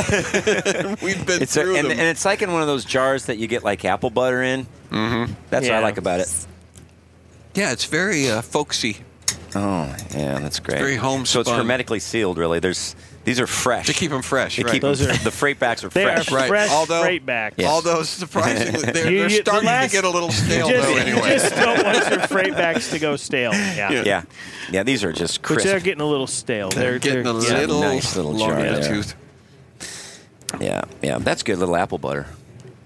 we've been
It's a,
through
and,
them.
and it's like in one of those jars that you get like apple butter in. Mm-hmm. That's what
Yeah.
I like about it.
yeah, it's very uh, folksy.
Oh, yeah, that's great.
very homespun.
So it's hermetically sealed, really. There's these are fresh to
keep them fresh.
To
right.
keep
Those
them,
are-
the freight backs are
They are
fresh.
fresh Right. Although- freight backs.
Yes. <laughs>
Although surprisingly, they're,
You-
they're
you- the
starting
last-
to get a little
you
stale
just,
though.
you
Anyway,
just don't want your freight bags to
<laughs>
go stale. Yeah.
yeah. yeah, These are just
Which they're
crisp.
getting a little stale. They're,
They're getting a
yeah.
little,
nice little
long
jar
in the
there.
tooth.
Yeah, yeah. That's good little apple butter.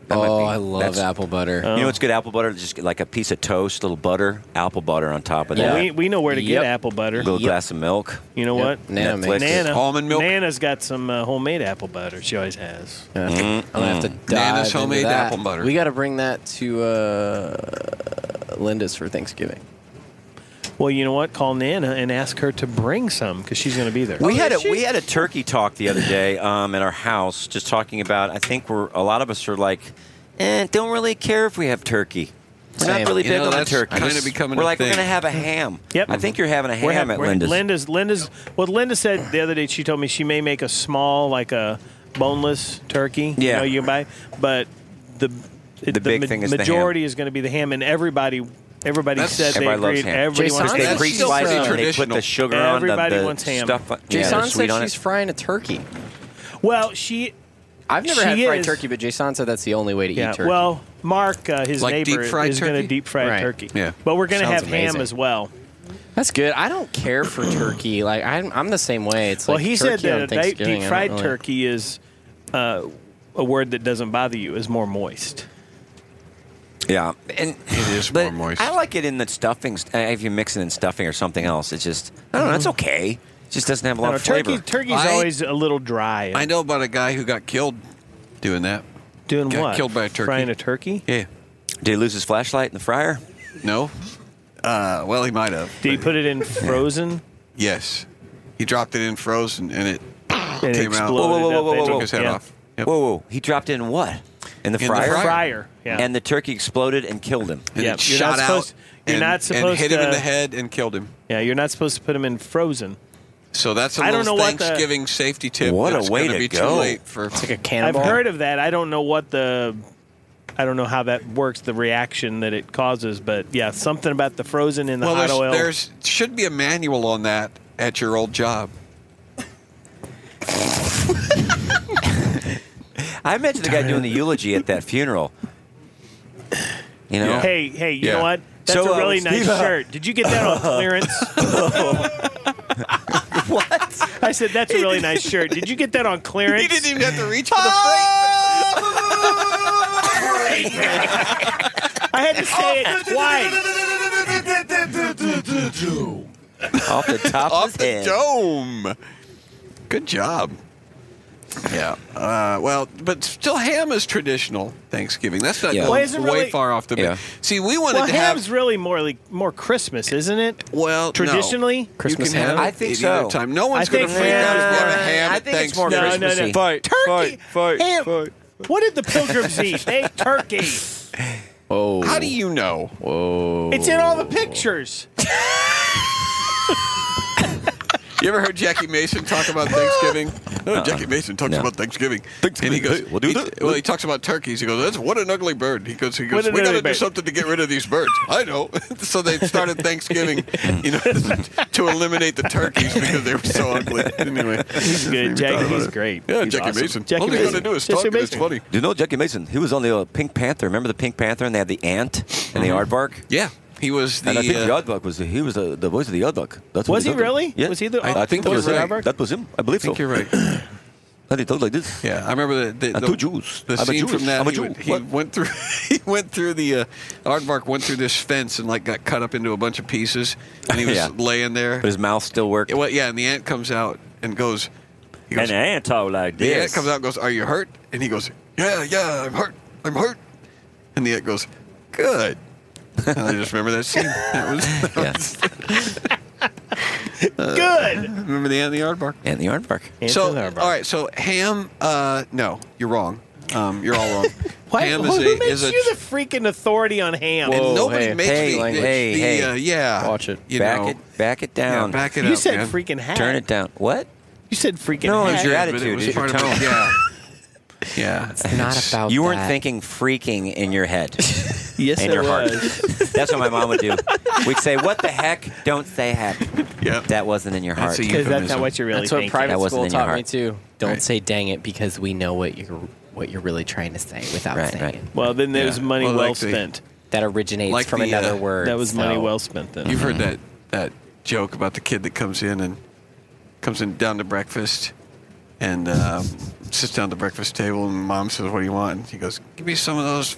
That might
Oh,
be-
I love
that's-
apple butter.
Uh,
You
Oh.
know what's good apple butter? Just get like a piece of toast, little butter, apple butter on top of
Well,
that.
we, we know where to
Yep.
get apple butter.
little glass of milk.
You know what?
Nana Netflix. makes it.
Nana.
Almond milk?
Nana's got some uh, homemade apple butter. She always has.
Mm,
I'm gonna have to
mm.
dive
Nana's
into
homemade
that.
apple butter.
We got to bring that to uh, Linda's for Thanksgiving.
Well, you know what? Call Nana and ask her to bring some because she's going to be there.
We had a we had a turkey talk the other day um, in our house, just talking about. I think we're a lot of us are like, eh, don't really care if we have turkey. We're
Same.
not really
You
big
know,
on the
that's
turkey.
kinda becoming
we're
a
like we're
thing.
gonna have a ham.
Yep.
I think you're having a ham
We're ha-
at
we're-
Linda's.
Linda's. Linda's. What Linda said the other day, she told me she may make a small, like a boneless turkey.
Yeah.
You know, you can buy, but the it-
The big
ma-
thing is the ham.
majority is going to be the ham, and everybody. Everybody
That's-
said
everybody
they
loves
agreed.
ham.
Everybody
Jason,
wants
they
ham.
pre-slice That's it and still they put the traditional. sugar on the-
Everybody
the
wants ham.
stuff- yeah,
Jason
the
said
sweet on it.
she's frying a turkey.
Well, she.
I've never
she
had fried
is-
turkey, but Jason said that's the only way to
Yeah.
eat turkey.
Well, Mark, uh, his
Like
neighbor,
deep-fried
is going to
turkey?
deep fry
Right.
turkey.
Yeah.
But we're going to
Sounds
have ham
amazing.
as well.
that's good. I don't care for turkey. Like I'm, I'm the same way. It's
well,
like
he said
turkey on
that a deep
Thanksgiving, I
deep
don't
fried
really-
turkey is uh, a word that doesn't bother you. Is more moist.
Yeah, and it is more moist. I like it in the stuffing. st- uh, If you mix it in stuffing or something else, it's just I don't know. It's okay. It just doesn't have a lot
No,
of flavor.
turkey, turkey's
I-
always a little dry.
I know about a guy who got killed doing that.
Doing
got
what?
Killed by a turkey.
Frying a turkey?
Yeah.
Did he lose his flashlight in the fryer?
No. Uh, well, he might have.
Did he put it in frozen?
yes. He dropped it in frozen, and it
And it
came out.
exploded Whoa, whoa, whoa, up. whoa, whoa,
took
whoa.
his head
Yeah.
off.
Whoa, whoa! He dropped in what? In the
In the
fryer.
fryer.
Fryer, yeah.
And the turkey exploded and killed him.
And
Yeah,
it
you're not
shot
supposed-
out.
you're
and,
not
and
supposed
hit him in
to-
the head and killed him.
Yeah, you're not supposed to put them in frozen.
So that's a
I
little
don't know what the-
Thanksgiving safety tip.
What a
that's
way
gonna
to
be
go.
Too late for it's like
a
I've heard of that. I don't know what the. I don't know how that works, the reaction that it causes, but yeah, something about the frozen in the
well,
hot
there's,
oil.
there's should be a manual on that at your old job.
I imagine the guy doing the eulogy at that funeral. You know.
Hey, hey, you know what? That's
So,
a
uh,
really nice
Steve, uh,
shirt. Did you get that
<laughs>
on clearance? what? I said that's a really nice shirt. Did you get that on
<laughs>
clearance?
He didn't even have to reach for the
<laughs> I
<laughs>
had
Oh,
to say it twice.
Off the top
off
of his
the
head.
dome. Good job. Yeah. Uh, well, but still, ham is traditional Thanksgiving. That's not
Yeah.
going
Well, is it
way
really-
far off the.
Yeah.
See, we wanted
Well,
to
ham's
have.
really more like more Christmas, isn't it?
Well, no.
Traditionally,
You
Christmas
can
ham?
have
I
it
think
at
so.
either Time. No
I
one's going to
think
freak out if
ham-
you have a ham
I
at
think it's more
No, no,
Thanksgiving.
no.
Christmassy.
Fight, Turkey,
fight,
ham. What did the pilgrims eat? They ate turkey.
Oh,
How do you know?
whoa.
It's in all the pictures.
You ever heard Jackie Mason talk about Thanksgiving? No, Jackie Mason talks
No.
about Thanksgiving. And he goes,
Hey, we'll do
he-
that.
well, he talks about turkeys. He goes, "That's what an ugly bird." He goes, "He goes,
What an
we got to
ugly
do
bird."
something to get rid of these birds." I know. <laughs> so they started Thanksgiving, you know, <laughs> to eliminate the turkeys because they were so ugly. Anyway,
He's good. Jackie, he's great.
yeah,
He's
Jackie
awesome.
Mason.
Jackie
all he's
Mason.
going to do is
Jesse
talk. and It's
Mason.
funny.
Do you know Jackie Mason? He was on the uh, Pink Panther. Remember the Pink Panther and they had the ant and the aardvark?
Yeah, he was the.
and I think
uh,
the aardvark was he was the, the voice of the aardvark. That's what
Was he
sounded like.
really?
Yeah.
Was he the-
I, I think that
was
was him.
right.
That was him. I believe
I think
so.
you're right.
And he talked like this.
Yeah, I remember the, the,
I'm
the
two Jews.
The
I'm a
scene
Jew.
from that.
I'm a
he
Jew.
went- He,
What?
went through. <laughs> He went through the uh, aardvark. Went through this fence and like got cut up into a bunch of pieces.
<laughs>
And he was
Yeah.
laying there.
But his mouth still worked.
Yeah, well, yeah, and the ant comes out and goes. He goes
ant talked like
the ant comes out and goes, "Are you hurt?" And he goes, "Yeah, yeah, I'm hurt. I'm hurt." And the it goes, good. And I just remember
<laughs>
that scene. That was, <laughs> good. Remember the Ant in the Yard Bark?
Ant in the Yard Bark.
so, all right. So ham. Uh, no, you're wrong. Um, you're all wrong.
<laughs> Why,
ham
who
is a,
makes
is a
you the freaking authority on ham?
and nobody makes the, the, the, uh, yeah. You
back
know.
it, back it down.
Yeah, back it
You
up,
said
man.
freaking hat.
Turn it down. What?
You said freaking
No, it
hat.
was your
Yeah, but
attitude. It
was
was your
part of
tone.
it.
yeah. Yeah.
It's
not
<laughs>
about
You weren't
that.
thinking freaking in your head.
Yes,
in
I
your
was.
heart. That's what my mom would do. We'd say, "What the heck? Don't say heck." That wasn't in your heart.
That's a Because that's not euphemism. what you're really
That's what
thinking.
private
That wasn't
school
in your
taught
heart.
me too.
Don't say "dang it" because we know what you're what you're really trying to say without saying it.
Well, then there's Yeah. money Well, well like the- spent.
That originates
like
from
the, uh,
another word.
That was money
so-
well spent You've heard that that joke about the kid that comes in and comes in down to breakfast and um, sits down at the breakfast table and mom says, "What do you want?" And he goes, "Give me some of those.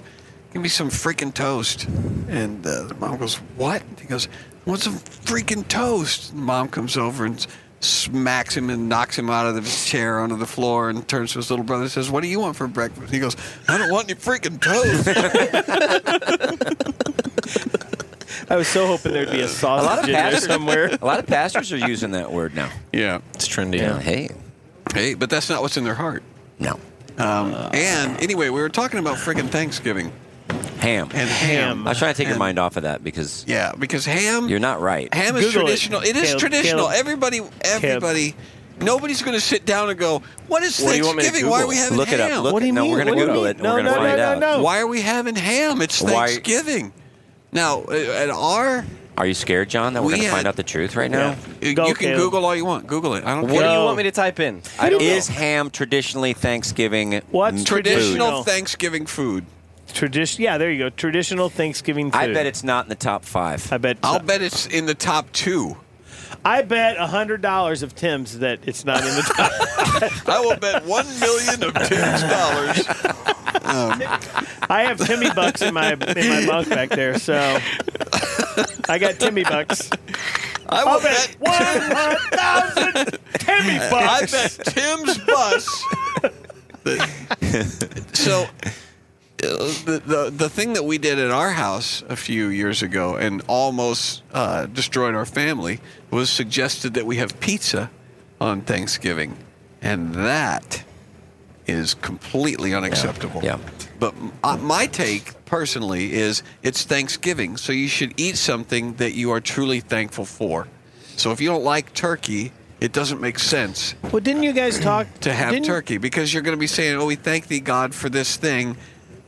Give me some freaking toast." And uh, the mom goes, "What?" And he goes, "I want some freaking toast." And mom comes over and smacks him and knocks him out of his chair onto the floor and turns to his little brother and says, "What do you want for breakfast?" He goes, "I don't want any freaking toast."
I was so hoping there'd
<laughs>
be
A
a
lot
sausage
of
in there
pastors,
somewhere.
<laughs> a lot of pastors are using that word now.
Yeah,
it's trendy.
now.
Hey,
hey, but that's not what's in their heart.
No.
Um, and anyway, we were talking about freaking Thanksgiving.
Ham
and ham.
I was trying to take your
And-
mind off of that because
yeah, because ham.
You're not right.
Ham is traditional. it is traditional. everybody, everybody. Nobody's going to sit down and go, "What is
What do you want me to
Thanksgiving? Why are
Google?
we having
Look it up.
ham?"
Look What do it- you no, mean? we're gonna What do you Google mean? it and we're No, gonna no, find no, out. no, no.
Why are we having ham? It's
Why-
Thanksgiving. Now, uh, at our
Are you scared, John, that we're
We
going to
had-
find out the truth right now?
you you can Google all you want. Google it. I don't
What
care.
do you want me
to type in?
I don't is ham traditionally Thanksgiving?
What's
food?
traditional
Thanksgiving food?
Tradition. Yeah, there you go. Traditional Thanksgiving food.
I bet it's not in the top five.
I bet.
I'll bet it's in the top two.
I bet hundred dollars of Tim's that it's not in the <laughs> top.
I will bet one
<laughs>
million of Tim's dollars.
I have Timmy bucks in my in my bunk back there, so I got
<laughs>
Timmy bucks.
I
will bet one thousand Timmy bucks.
I bet Tim's <laughs> bus. so uh, the, the the thing that we did at our house a few years ago and almost uh, destroyed our family was suggested that we have pizza on Thanksgiving, and that is completely unacceptable. Yeah. But m- uh, my take personally is it's Thanksgiving, so you should eat something that you are truly thankful for. So if you don't like turkey, it doesn't make sense
Well, didn't you guys talk
to have
didn't-
turkey because you're going to be saying, "Oh, we thank thee, God, for this thing,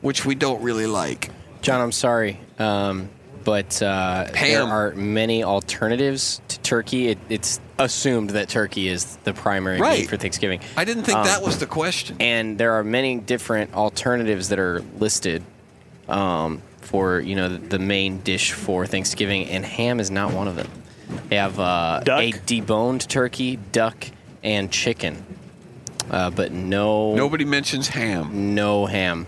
which we don't really like."
John, I'm sorry, um, but uh, there
Ham.
are many alternatives to turkey. It, it's assumed that turkey is the primary
Right.
meat for Thanksgiving.
I didn't think that was the question.
And there are many different alternatives that are listed um, for you know the main dish for Thanksgiving, and ham is not one of them. They have uh, a deboned turkey, duck, and chicken, uh, but no.
Nobody mentions ham.
No ham.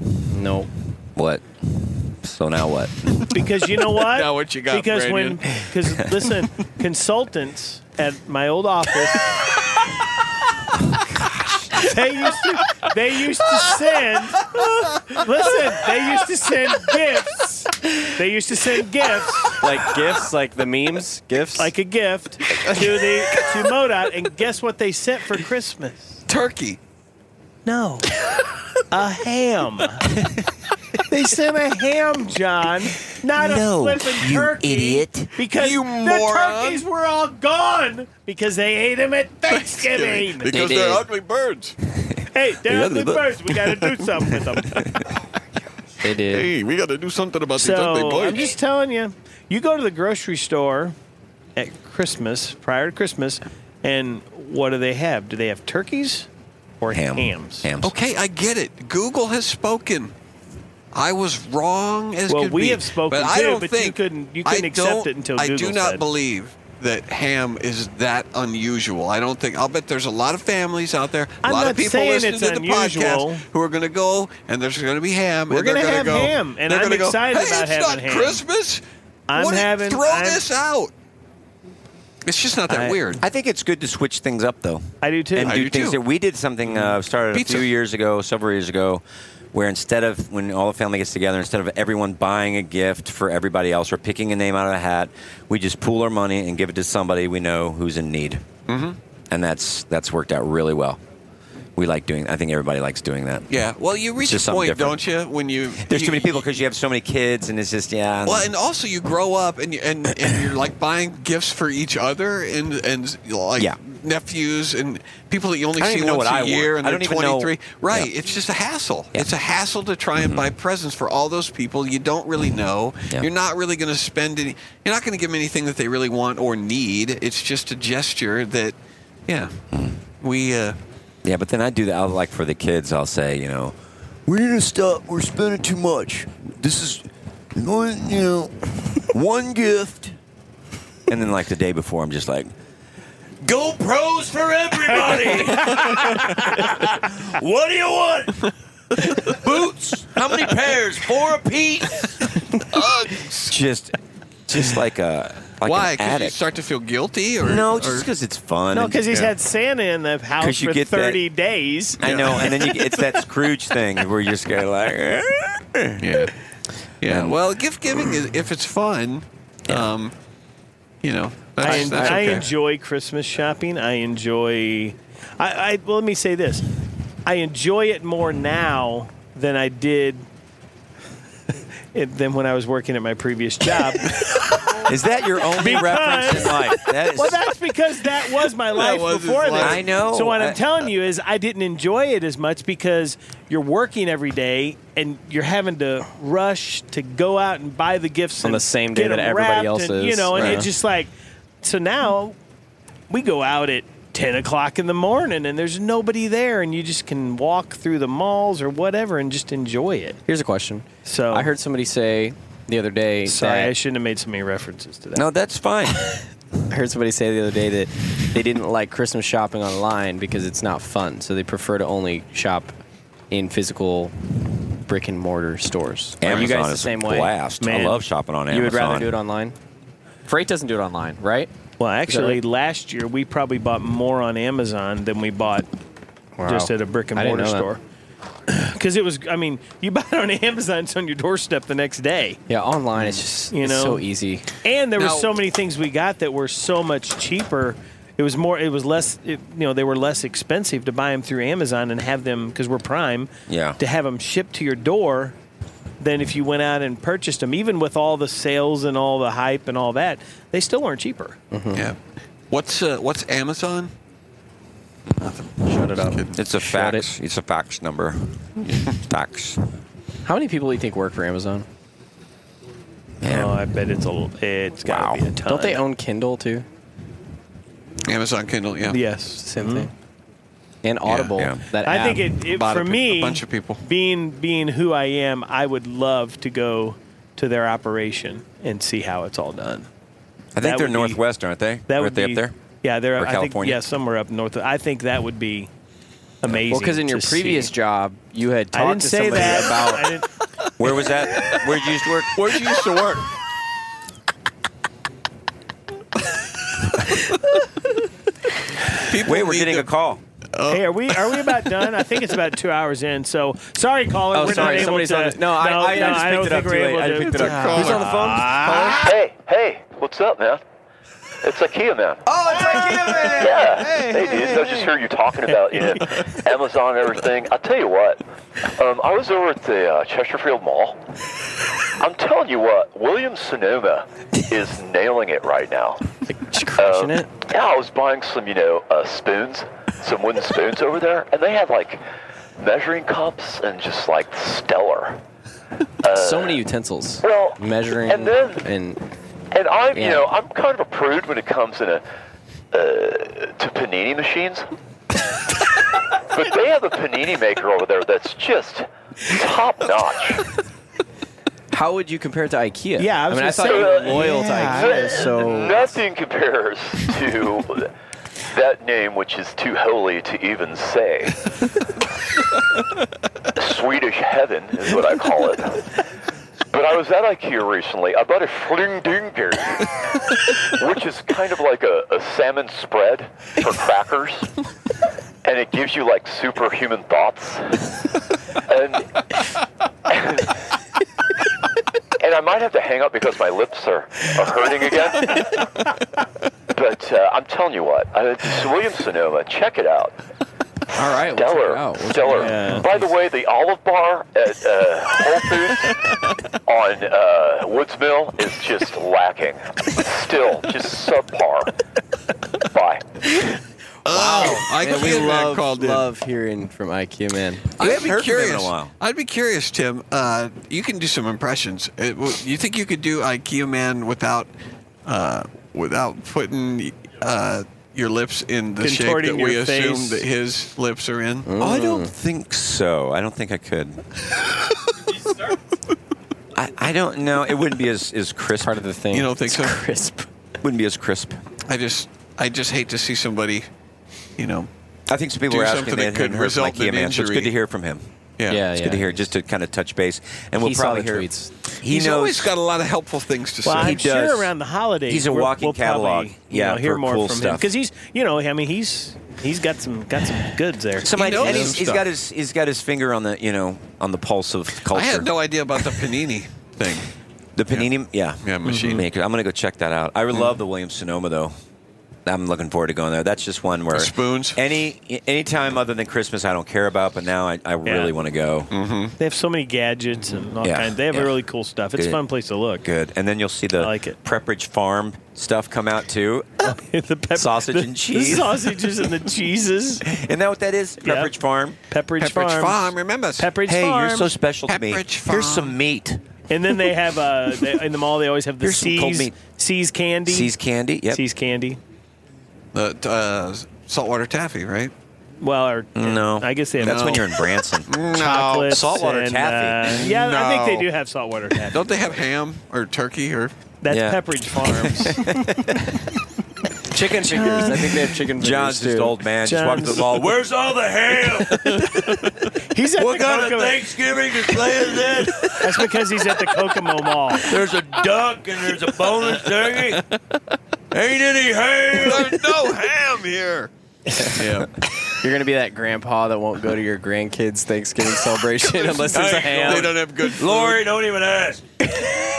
Nope.
What? So now what?
Because
<laughs>
you know what?
Now what you got,
Because
Brandon?
<laughs> when, because listen, consultants at my old office, <laughs> they used to, they used to send. <laughs> Listen, they used to send gifts. They used to send gifts.
Like gifts, like the memes, gifts,
like a gift to the to Modot, and guess what they sent for Christmas?
Turkey.
No, a ham. They sent a ham, John, not
No,
a flippin'
you
turkey.
idiot.
Because
You
the
moron.
turkeys were all gone because they ate them at
<laughs>
Thanksgiving.
because they are ugly birds.
hey,
They're
they're ugly
ugly bu-
birds. We got to do something with them.
They did.
Hey, we got to do something about these ugly
So
birds.
I'm just telling you, you go to the grocery store at Christmas, prior to Christmas, and what do they have? Do they have turkeys or hams?
Hams.
Okay, I get it. Google has spoken. I was wrong as
Well,
could
we
be.
have spoken
but I
too,
don't
but you
think
couldn't- you couldn't
I
accept
don't-
it until
I do
Google
not
said.
believe that ham is that unusual. I don't think. I'll bet there's a lot of families out there, a
I'm
lot
not
of people
saying
listening
it's
to the
unusual.
podcast who are going to go and there's going to be ham.
We're
and they're
gonna
going to
have
go,
ham, and
they're
I'm
gonna go,
excited
hey,
about
it's
having
not
ham."
Christmas.
I'm
What do you-
having-
throw
I'm-
this out. It's just not that
I-
weird.
I think it's good to switch things up, though.
I do too.
And
I
do,
do
things
too.
that we did something uh, started
Pizza.
a few years ago, several years ago, where instead of when all the family gets together, instead of everyone buying a gift for everybody else or picking a name out of a hat, we just pool our money and give it to somebody we know who's in need.
Mm-hmm.
And that's that's worked out really well. We like doing. I think everybody likes doing that.
Yeah. Well, you
It's
reach
just
a
something
point,
different.
don't you, when you
There's too many people because you have so many kids, and it's just yeah.
Well, and also you grow up and you, and and you're like buying gifts for each other and and like
Yeah.
nephews and people that you only
I don't
see
even know
once
what I
a
want.
year
I
and
don't
they're
even know- Mm-hmm.
23. Right, it's just a hassle. It's a hassle to try and buy presents for all those people you don't really know.
Yeah.
You're not really going to spend any. You're not going to give them anything that they really want or need. It's just a gesture that, yeah,
Mm.
we. Uh,
yeah, but then I do that. I'll like for the kids. I'll say you know.
We need to stop. We're spending too much. This is, one, you know, one gift.
And then, like the day before, I'm just like,
GoPros for everybody. what do you want? Boots? How many pairs? Four apiece. Uggs.
just, just like a like
why?
an
Because you
addict.
start to feel guilty, or
no, just
or-
because it's fun.
No,
and-
because he's
Yeah.
had Santa in the house
'Cause you
for
get that-
30 days.
I know, and then
<laughs>
you, it's that Scrooge thing where you're scared like, yeah,
Yeah. well, gift giving is if it's fun. Um, you know, that's,
I, en-
that's
I
okay.
enjoy Christmas shopping. I enjoy. I, I well, let me say this: I enjoy it more now than I did <laughs> it, than when I was working at my previous
<laughs>
job.
is that your only
Because-
reference in life? That is
well, that's because that
<laughs>
was my life
was his
before this.
life. I know.
So what I,
I-
am telling you is, I didn't enjoy it as much because you're working every day and you're having to rush to go out and buy the gifts
On
and
the same day
get
that
'em
everybody
wrapped
else
and, You
is.
know, and
Right.
it's just like so now we go out at. 10 o'clock in the morning, and there's nobody there, and you just can walk through the malls or whatever and just enjoy it.
Here's a question.
So
I heard somebody say the other day.
Sorry,
that-
I shouldn't have made so many references to that.
No, that's fine.
<laughs> I heard somebody say the other day that they didn't like Christmas shopping online because it's not fun, so they prefer to only shop in physical brick and mortar stores. Are you
Amazon
guys the
is a
same way?
blast. I Man. love shopping on
You would rather
Amazon.
do it online. Freight doesn't do it online, right?
Well,
Is that
actually,
right?
last year we probably bought more on Amazon than we bought
Wow.
just at a brick and
I didn't
mortar
know
store. <clears throat> Because it was, I mean, you <laughs> buy it on Amazon, it's on your doorstep the next day.
Yeah, online it's just
You
it's
know?
so easy.
And there
Now-
were so many things we got that were so much cheaper. It was more, it was less, it, you know, they were less expensive to buy them through Amazon and have them, because we're Prime,
Yeah.
to have them shipped to your door than if you went out and purchased them. Even with all the sales and all the hype and all that, they still aren't cheaper.
Yeah. What's uh, what's Amazon?
Shut it up.
um,
It's a fax. It's a fax number. fax.
How many people do you think work for Amazon?
Oh, I bet it's a it's gotta be a ton.
Don't they own Kindle too?
Amazon Kindle, yeah.
Yes. Mm-hmm.
Same thing. And Audible.
yeah.
That
I
app.
think it, it
Bought
for
a-
me
a bunch of
people.
being being who I am, I would love to go to their operation and see how it's all
I
done.
think
That
they're
would be-
Northwest, aren't they?
That
aren't
would
they
be-
up there?
Yeah, they're
Or
I
California?
Think, yeah, somewhere up north. I think that would be amazing.
Well, because in your
to
previous
see.
job, you had
I
talked
didn't
to
say
somebody
that.
<laughs> about
<laughs>
<laughs> I didn't-
Where was that? Where'd you used to work?
Where'd you used to work?
Wait, we're getting a call.
Hey, are we are we about done? I think it's about two hours in. So
<laughs>
sorry, caller.
Oh,
we're
sorry,
Not
somebody's
able
on
to,
this- no, I- I- I just picked
don't
it
think
up
we're
too late.
able
I
to-
picked it up. Who's on the phone?
Hey, hey, what's up, man? It's IKEA, man.
Oh, it's IKEA, man.
Yeah.
Hey,
Hey,
hey,
dude, I was just hearing you talking about you know, Amazon and everything. I'll tell you what. Um, I was over at the uh, Chesterfield Mall. I'm telling you what, Williams Sonoma is nailing it right now.
<laughs> crushing it.
Yeah, I was buying some, you know, uh, spoons, some wooden spoons over there, and they had like measuring cups and just like stellar.
so many utensils.
Well,
measuring
and then-
and
And I'm, you
Yeah.
know, I'm kind of a prude when it comes in a, uh, to panini machines. <laughs> but they have a panini maker over there that's just top notch.
How would you compare it to IKEA?
Yeah, I was
I mean, I
gonna
thought
say-
you were loyal
Yeah.
to IKEA, so
Nothing compares to that name, which is too holy to even say. Swedish heaven is what I call it. But I was at IKEA recently. I bought a flingdinger, which is kind of like a, a salmon spread for crackers, and it gives you like superhuman thoughts. And And, and I might have to hang up because my lips are, are hurting <laughs> again. but uh, I'm telling you what, uh, it's William Sonoma. Check it out.
All right,
Stellar. Stellar. By the way, the Olive Bar at uh, Whole Foods on uh, Woods Mill is just lacking. Still, just subpar. Bye.
Wow,
Man,
IQ
we
man
love,
called in.
love hearing from IQ man.
I'd be curious. I'd be curious, Tim. Uh, you can do some impressions. Uh, w- you think you could do IKEA Man without uh, without putting uh, your lips in the shape that
Contorting
we
your
assume
face.
that his lips are in?
Hmm.
I don't think so. I don't think I could. I, I don't know. It wouldn't be as, as crisp. Part of the thing.
You don't think so?
Crisp.
Wouldn't be as crisp.
I just I just hate to see somebody, you know.
I think some people
do
were asking
something
they hadn't
that could
heard from
result
Ikea
in
Man, so it's good to
injury.
hear from him.
Yeah. Yeah,
it's
yeah.
good to hear just to kind of touch base, and we'll
He saw
probably
the
hear.
tweets.
He
He's
knows.
always got a lot of helpful things to
Well,
say.
I'm sure around the holidays
He's a
we're-
walking
we'll
catalog.
Probably, you
Yeah,
know, hear
for
more
cool
from him
stuff.
because he's you know I mean he's he's got some got
<sighs>
some goods there.
Somebody, and he's, he's got his he's got his finger on the you know on the pulse of culture.
I had no idea about the panini thing.
The panini, yeah, yeah,
machine.
maker. I'm gonna go check that out. I love
Mm.
the Williams Sonoma though. I'm looking forward to going there. That's just one where
spoons.
Any any time other than Christmas, I don't care about. But now I, I really want to go.
Mm.
Mm-hmm.
They have so many gadgets and all
Yeah,
kinds. They have
yeah.
really cool stuff. It's a
Good.
fun place to look.
Good, and then you'll see the Prepperidge Farm stuff come out too.
<laughs> the pep-
sausage
<laughs> the-
and cheese.
The sausages and
<laughs>
the
<laughs>
cheeses.
Isn't that what that is? Pepperidge Farm.
Pepperidge,
Pepperidge
Farm.
Farm,
remember?
Pepperidge
hey,
Farm.
you're so special to me. Here's some meat.
And then they have
<laughs>
uh, they, in the mall. They always have the
Here's some cold
C's,
meat.
C's candy.
Seas candy. Yep.
Seas candy.
The uh, saltwater taffy, right?
Well, or
no,
I guess they have
That's when
no.
you're in
<laughs>
Branson.
No,
Chocolates and, uh, yeah, I think they do have saltwater taffy.
Don't they have ham or turkey or?
That's Pepperidge
<laughs>
Farms.
Chicken
fingers. I think
they have chicken fingers,
John's just
too.
old man. Just walking to
John's-
the mall. Where's all the
<laughs>
ham?
He's at
What
the
kind of
Kokomo-
Thanksgiving display is this?
That's because he's at the Kokomo Mall.
There's a duck and there's a bonus turkey. Ain't any ham.
There's no ham here. Yeah.
You're gonna be that grandpa that won't go to your grandkids' Thanksgiving celebration unless there's a
Hey,
ham.
They don't have good. Food.
Lori, don't even ask.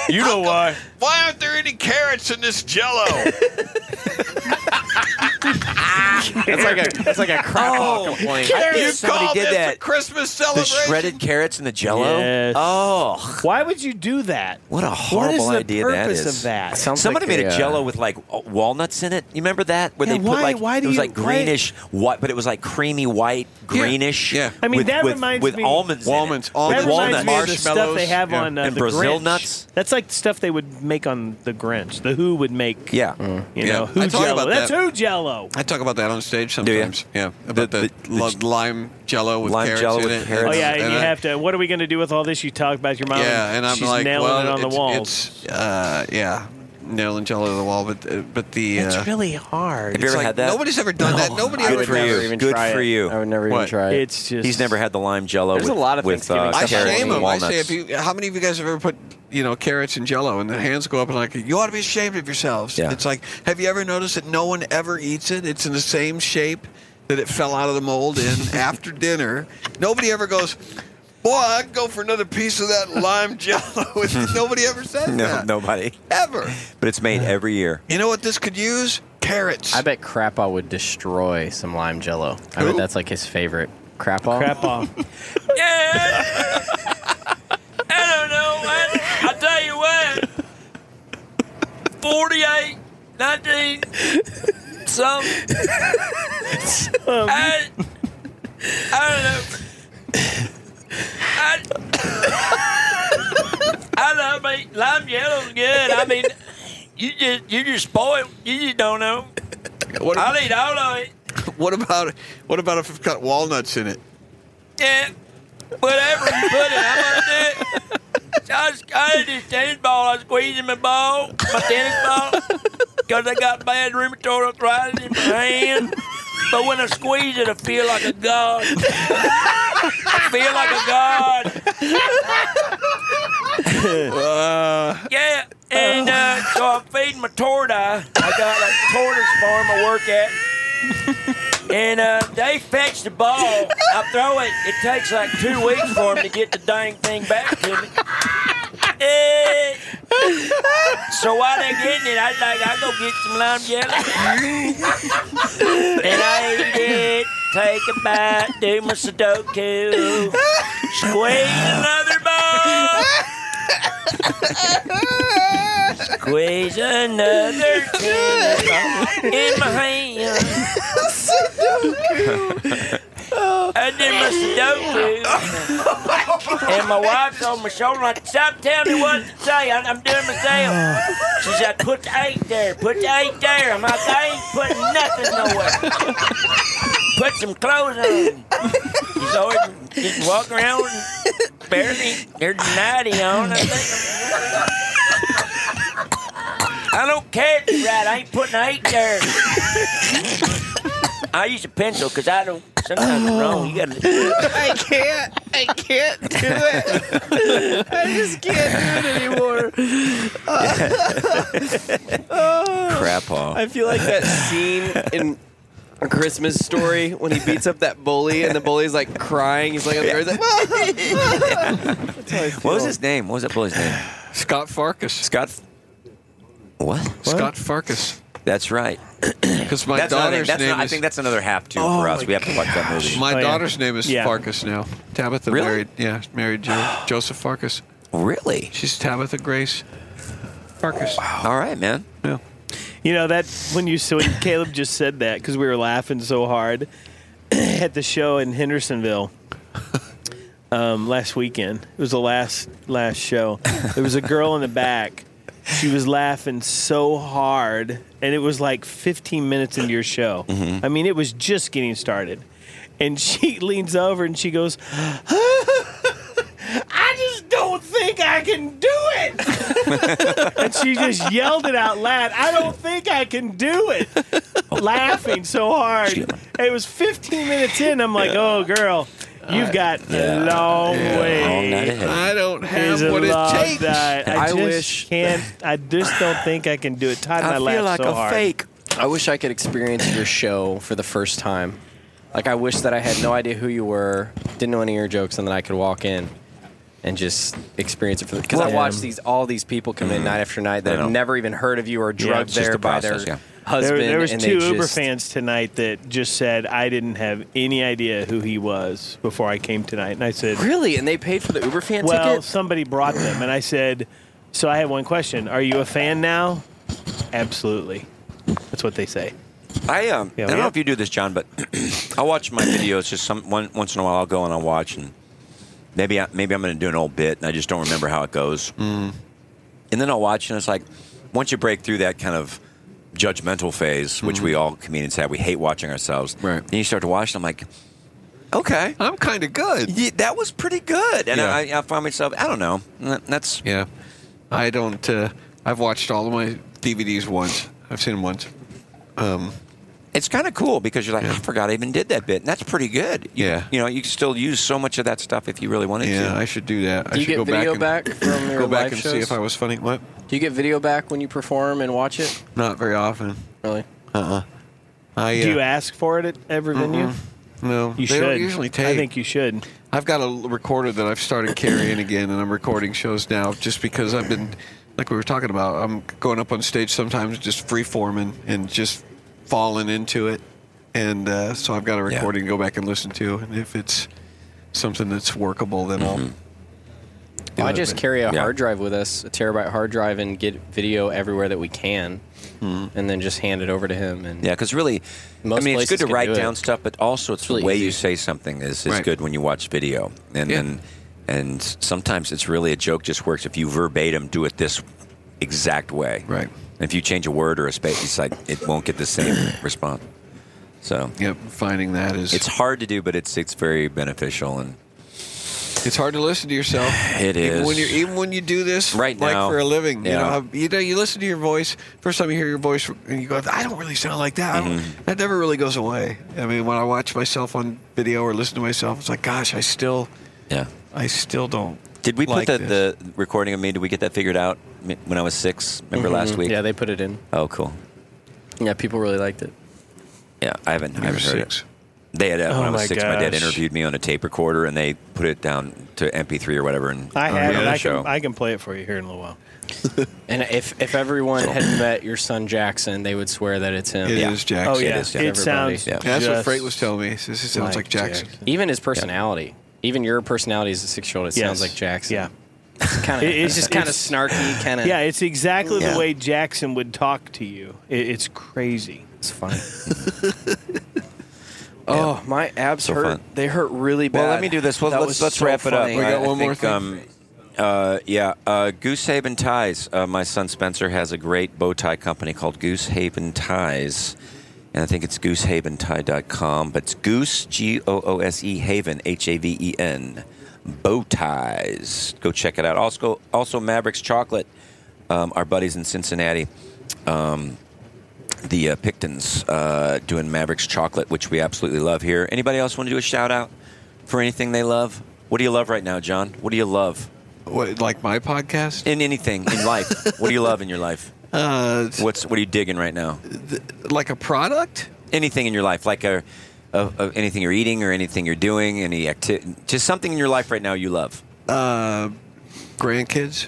You know why?
Why aren't there any carrots in this Jello?
<laughs>
That's like a that's like a
grandpa complaint. I think somebody did that.
Christmas
The shredded carrots and the Jello.
Yes.
Oh,
Why would you do that?
what a
What
horrible
is the
idea that
purpose
is.
of that? Sounds
Somebody
like
made a
a, uh,
Jello with like uh, walnuts in it. You remember that? Where
Yeah,
they
why-
put like
why do
it was
you-
like
why-
greenish white, but it was like creamy white, greenish. Yeah.
I mean,
with,
that
with,
reminds
with
me-
almonds. in it.
Almonds,
With
almonds.
That reminds
walnuts,
me of the stuff they have
yeah.
on uh,
and
the
Brazil
Grinch.
nuts.
That's like stuff they would make on the Grinch. The Who would make.
Yeah.
You
Yeah.
know, Who
I talk
Jello.
about
That's
that.
Who Jello.
I talk about that on stage sometimes. Yeah, about the, li- lime Jello with
Lime
carrots
Jell-O
in
with
it.
carrots.
Oh yeah, and,
And
you
I-
have to. What are we going to do with all this? You talk about your mom.
Yeah, and I'm
she's
like,
nailing
well,
it on the
it's-
walls.
It's, uh, yeah, nailing Jello to the wall, but uh, but the uh,
It's really hard.
Have you
It's
ever
like
had that?
Nobody's ever done that. Nobody
Good
ever
for
does
you.
it.
Good for you.
I would never even
What?
try it.
It's just
He's never had the lime Jello.
There's
with,
a lot of
with,
Thanksgiving
uh,
I
stuff
carrots
shame
and
him. I
walnuts.
say, if you, how many of you guys have ever put you know carrots in Jello and the hands go up and like you ought to be ashamed of yourselves.
Yeah.
It's like, have you ever noticed that no one ever eats it? It's in the same shape that it fell out of the
<laughs>
mold in after dinner. Nobody ever goes. Boy, I'd go for another piece of that lime jello. <laughs> Nobody ever
<laughs>
says
no,
that.
nobody.
Ever.
But it's made every year.
You know what this could use? Carrots.
I bet Crappa would destroy some lime jello. I bet that's like his favorite. Crappa.
Crappa.
I don't know. I, I tell you what. 48, 19, some. I, I don't know. I, I love me. Lime yellow's good. I mean, you just you just spoiled. You just don't know.
What,
I'll eat all of it.
<laughs> what about what about if it's got walnuts in it?
Yeah, whatever you put it, I'm gonna do it. So I, s- I had this tennis ball. I was squeezing my ball, my tennis ball, because I got bad rheumatoid arthritis in my hand. But when I squeeze it, I feel like a god. I feel like a god.
Uh,
Yeah, and uh, so I'm feeding my tortoise. I got a tortoise farm I work at. and uh, they fetch the ball. I throw it. It takes like two weeks for them to get the dang thing back to me. Eh. So while they're getting it, I was like, I go get some lime jelly. and I eat it, take a bite, do my Sudoku, squeeze another ball. Squeeze another tennis ball in my hand. I did my Sudoku. and my wife's on my shoulder like, stop telling me what to say. I'm, I'm doing myself. She said, put the eight there. Put the eight there. I'm like, I ain't putting nothing nowhere. Put some clothes on. He's always just walking around and barely, there's natty on. I think. I don't care if it's right. I ain't putting eight there. I use a pencil because I don't. Sometimes it's wrong. You gotta.
I can't. I can't do it. I just can't do it anymore.
Crap hole.
I feel like that scene in a Christmas story when he beats up that bully and the bully's like crying.
<laughs>
He's like, on the earth, like
What was his name? What was that bully's name?
Scott Farkas.
Scott. F- What?
Scott Farkas.
That's right. Because
my daughter's name
I
is-
think that's another half two
Oh
for us.
my
We have to watch that movie.
My daughter's name is Farkas now. Tabitha
Really?
married, yeah, married
<gasps>
Jo- Joseph Farkas.
Really?
She's Tabitha Grace Farkas.
All right, man.
Yeah.
You know that when you so when Caleb just said that because we were laughing so hard <coughs> at the show in Hendersonville um, last weekend. It was the last last show. There was a girl in the back. She was laughing so hard, and it was like 15 minutes into your show. I mean, it was just getting started, and <laughs> she leans over and she goes. I just don't think I can do it. and she just yelled it out loud. I don't think I can do it. Laughing so hard. It was 15 minutes in. I'm like, oh, girl, you've got a long way.
I don't have
It's a
what it
long
takes.
night. I,
I
just
wish-
can't. I just don't think I can do it. Todd and I, laughed so hard.
I wish I could experience your show for the first time. Like I wish that I had no idea who you were, didn't know any of your jokes, and then I could walk in and just experience it for the. Because I
Well-
watch these all these people come
Mm-hmm.
in night after night
I
that
know.
have never even heard of you or
Yeah,
drugged
it's just
there
the
by
process, yeah.
their husband.
There, there was
and
two
they
Uber
just,
fans tonight that just said I didn't have any idea who he was before I came tonight, and I said,
"Really?" And they paid for the Uber fan
well,
ticket?
somebody brought them, and I said, "So I have one question: Are you a fan now?" Absolutely. That's what they say.
I um, I don't
yeah.
know if you do this, John, but <clears throat> I watch my videos just some one, once in a while. I'll go and I'll watch, and maybe I, maybe I'm going to do an old bit, and I just don't remember how it goes. And then I'll watch, and it's like once you break through that kind of judgmental phase, which we all comedians have, we hate watching ourselves. Right. Then you start to watch, and I'm like, okay,
I'm kind of good.
that was pretty good, and
Yeah.
I, I find myself, I don't know, That- that's
yeah. I don't. Uh, I've watched all of my DVDs once. I've seen them once. Um,
it's kind of cool because you're like, I forgot I even did that bit, and that's pretty good. You-
Yeah.
You know, you can still use so much of that stuff if you really wanted to.
Yeah, I should do that. I
Do you
should
get
go
video
back,
back,
and,
from your
go back
live
and
shows?
see if I was funny. What?
Do you get video back when you perform and watch it?
Not very often.
Really?
Uh-uh. I, uh
Do you ask for it at every venue?
Mm-mm. No,
You
they don't
should.
usually tape.
I think you should.
I've got a l- recorder that I've started carrying again, and I'm recording shows now just because I've been, like we were talking about, I'm going up on stage sometimes just free forming and just falling into it. And uh, so I've got a recording to go back and listen to. And if it's something that's workable, then I'll.
Well, I just carry a
Yeah.
hard drive with us, a terabyte hard drive, and get video everywhere that we can,
Hmm.
and then just hand it over to him. And
Yeah, because really,
Most
I mean, it's
places
good to
can
write
do it.
down stuff, but also it's
really
the way
easy.
you say something is, is
Right.
good when you watch video, and
Yeah.
and and sometimes it's really a joke just works if you verbatim do it this exact way.
Right.
If you change a word or a space, it's like it won't get the same <coughs> response. So
yep, finding that is
it's hard to do, but it's it's very beneficial and
It's hard to listen to yourself.
<sighs> It
even
is.
When you're, even when you do this,
Right
like
now,
for a living, you
yeah.
know, how- you know, you listen to your voice. First time you hear your voice, and you go, "I don't really sound like that." I don't-
Mm-hmm.
That never really goes away. I mean, when I watch myself on video or listen to myself, it's like, "Gosh, I still,
yeah,
I still don't."
Did we
like
put the,
this.
the recording of me? Did we get that figured out m- when I was six? Remember
Mhm.
last week?
Yeah, they put it in.
Oh, cool.
Yeah, people really liked it.
Yeah, I haven't. I haven't
were
heard
six.
it. They had uh,
Oh
when I was
my
six. My dad
gosh.
interviewed me on a tape recorder, and they put it down to MP3 or whatever. And
Oh,
I have
on
it.
the
I
show.
can, I can play it for you here in a little while.
And if if everyone had met your son Jackson, they would swear that it's him.
It is
Oh,
Jackson.
Everybody.
That's what Freight was telling me. It sounds like, Jackson.
Even his personality, even your personality as a six year old, it sounds
Yes.
like Jackson.
Yeah.
It's, <laughs> kinda,
It-
it's just kind of
it's-
snarky, kind of.
Yeah, it's exactly
Yeah.
the way Jackson would talk to you. It, it's crazy.
It's
<laughs>
funny.
Oh, my abs
So
hurt.
fun.
They hurt really bad.
Well, let me do this. Let's
That
let's,
was
let's
so
wrap
funny.
it up. I- I think, Um, uh, yeah, uh, Goose Haven Ties. Uh, my son Spencer has a great bow tie company called Goose Haven Ties, and I think it's goosehaventie.com. But it's Goose G O O S E Haven H A V E N bow ties. Go check it out. Also, also Mavericks Chocolate. Um, our buddies in Cincinnati. Um, the uh, Pictons uh, doing Mavericks chocolate, which we absolutely love here. Anybody else want to do a shout out for anything they love? What do you love right now, John? What do you love?
What, like my podcast?
In anything in life, what do you love in your life?
Uh,
What's what are you digging right now?
like a product?
Anything in your life, like a, a, a anything you're eating or anything you're doing, any activity, just something in your life right now you love.
Uh, grandkids.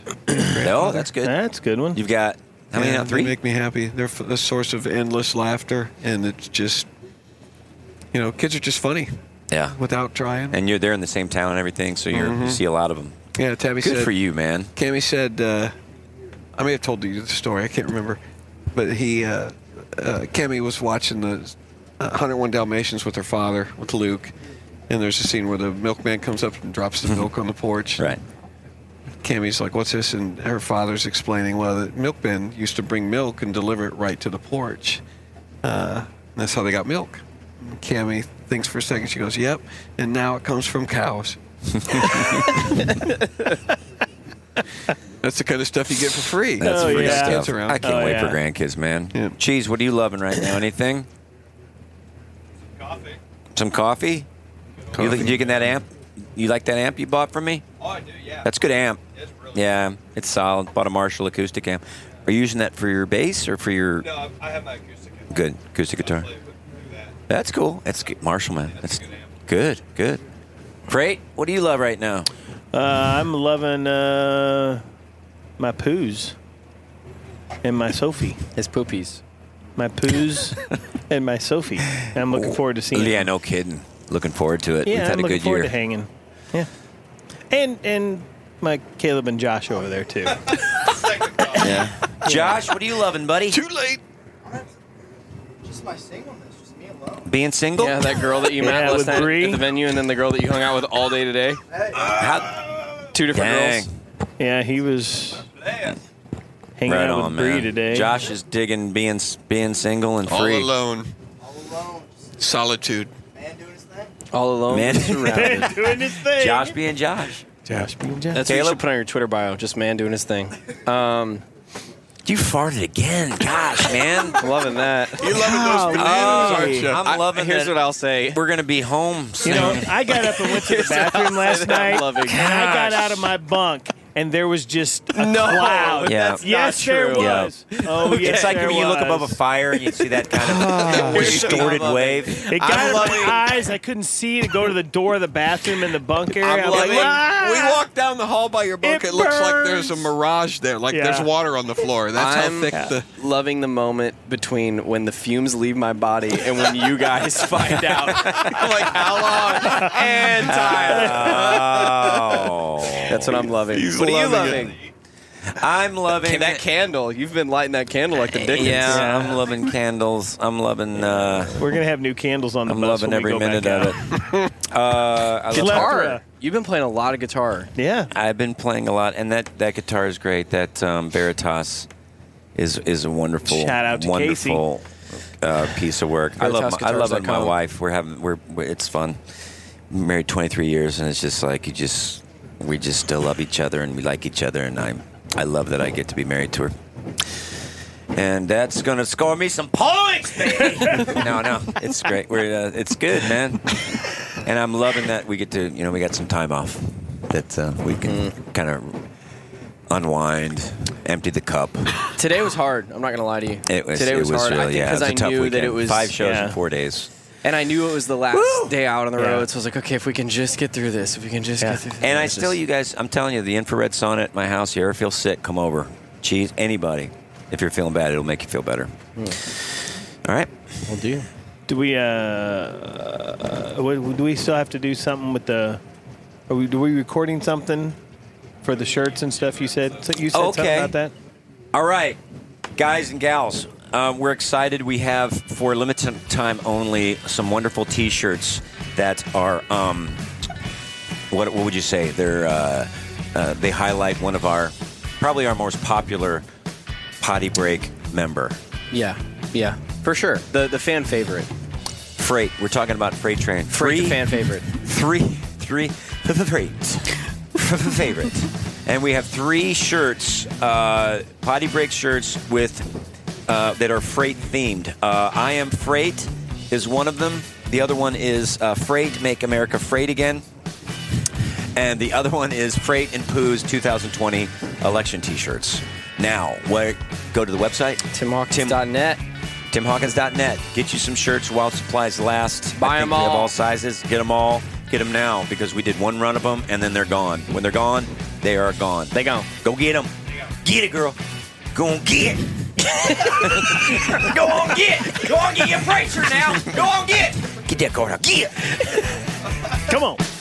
No, oh, that's good.
That's a good one.
You've got how many
Yeah,
now? Three.
They make me happy. They're f- a source of endless laughter, and it's just, you know, kids are just funny.
Yeah.
Without trying.
And you're there in the same town and everything, so you're, you
Mhm.
see a lot of them.
Yeah, Tabby
Good
said-
for you, man.
Cammy said, uh, I may have told you the story. I can't remember, but he, uh, uh, Cammy was watching the uh, 101 Dalmatians with her father with Luke, and there's a scene where the milkman comes up and drops
<laughs>
the milk on the porch.
Right.
Cammy's like, "What's this?" And her father's explaining, "Well, the milkman used to bring milk and deliver it right to the porch. Uh, that's how they got milk." And Cammy thinks for a second. She goes, "Yep," and now it comes from
<laughs>
cows. That's the kind of stuff you get for free.
That's
for
free
kids
stuff.
around. Oh,
I can't wait for grandkids, man. Cheese, what are you loving right now? Anything? Some coffee. You
Coffee.
li- digging that amp? You like that amp you bought from me? Oh, I do. Yeah. That's a good amp. It's really yeah, it's solid. Bought a Marshall acoustic amp. Are you using that for your bass or for your? No, I have my acoustic. Amp. Good acoustic guitar. That's cool. That's good. Marshall, man. That's, good. Good. Freight, what do you love right now?
Uh, I'm loving uh, my poos and my Sophie.
His poopies.
My <laughs> poos and my Sophie. And I'm looking forward to seeing.
Yeah,
it.
no kidding. Looking forward to it.
Yeah,
We've had
I'm
a
looking
good
forward
year.
to hanging. Yeah, and and my Caleb and Josh over there
<laughs>
too.
yeah. Josh, what are you loving, buddy? Too
late.
Just my singleness, just me alone.
Being single?
Yeah, that girl that you met last night at the venue, and then the girl that you hung out with all day today. Two different
Dang.
girls.
Yeah, he was hanging
right
out
on,
with Bree
Oh, man.
today.
Josh is digging being being single and
All
free.
alone. Solitude.
All alone.
<laughs>
Man
surrounded.
<laughs> doing his thing.
Josh being Josh.
Josh being Josh.
That's what you should put on your Twitter bio. Just man doing his thing. Um,
you farted again. Gosh, man.
loving <laughs> that.
You're
loving those
oh,
bananas, aren't you?
I'm
I-
loving
here's
that
what
I'll <laughs> say.
We're going to be home
You
soon.
know, I got up and went
<laughs>
to the
Here's what I'll
bathroom
<laughs>
say
last
that I'm
night.
loving.
and I got
Gosh.
out of my bunk and there was just a
No,
cloud.
Yeah.
Yes,
that's not
there
true. Yeah.
was. Oh, yes,
it's like
there
when you look
was.
above a fire and you see that kind of distorted wave.
It got out of my eyes. I couldn't see to go to the door of the bathroom in the bunker.
I'm
I'm
loving-
like, "Ah!"
We walk down the hall by your book. It, looks like there's a
burns.
mirage there. Like
Yeah.
there's water on the floor. That's
I'm
how thick the.
loving the moment between when the fumes leave my body and when you <laughs> guys find out. I'm <laughs> like, how long? And time. That's what I'm loving. what are you loving?
I'm loving
that candle. You've been lighting that candle like the Dickens.
Yeah, I'm loving candles. I'm loving. Uh,
We're gonna have new candles on the
I'm
bus
loving
when
every
we go
minute
back
of it. uh, I love
Guitar. You've been playing a lot of guitar.
Yeah,
I've been playing a lot, and that, that guitar is great. That um, Veritas is is a wonderful,
Shout out to
wonderful Uh, piece of work. I love my, I love it. My
VeritasGuitars.com.
wife. We're having we're, we're it's fun. We're married 23 years, and it's just like you just we just still love each other, and we like each other, and I'm I love that I get to be married to her. And that's gonna score me some
<laughs>
points, baby. no, no, it's great. We're uh, it's good, man. And I'm loving that we get to you
Mm-hmm.
know we got some time off that uh, we can kind of unwind and empty the cup.
Today was hard. I'm not gonna lie to you.
It was.
Today
it
was, hard.
Really,
I think
yeah, it
because
was a
I
tough
knew that
weekend.
it was
five shows
yeah.
in four days.
and I knew it was the last day out on the
Yeah.
road. So I was like, okay, if we can just get through this, if we can just get through. This,
And I
It's
still,
just-
you guys, I'm telling you, the infrared sauna at my house. You ever feel sick? Come over. Cheese. Anybody. If you're feeling bad, it'll make you feel better.
Hmm.
All right.
Well, do. Do we? Uh, uh, w- do we still have to do something with the? Are we? Do we recording something for the shirts and stuff? You said. So you said something
Okay.
about that.
All right, guys and gals, um, we're excited. We have for limited time only some wonderful T-shirts that are um, what, what would you say? They're uh, uh, they highlight one of our probably our most popular potty break member.
Yeah, yeah, for sure. The the fan favorite.
Freight. We're talking about freight train.
Freight, the fan favorite.
Three, three, freight. favorite. And we have three shirts, uh, potty break shirts with uh, that are freight themed. Uh, I am freight is one of them. The other one is uh, freight. Make America freight again. And the other one is Freight and Pooh's 2020 election t-shirts. Now, where go to the website? TimHawkins.net. TimHawkins.net. Get you some shirts while supplies last. Buy them all. They have all sizes. Get them all. Get them now because we did one run of them and then they're gone. When they're gone, they are gone. They gone. Go get them. Get it, girl. Go and get <laughs> it.
Go on, get. Go on, get your preacher now. Go on, get.
Get that card out. Get.
Come on.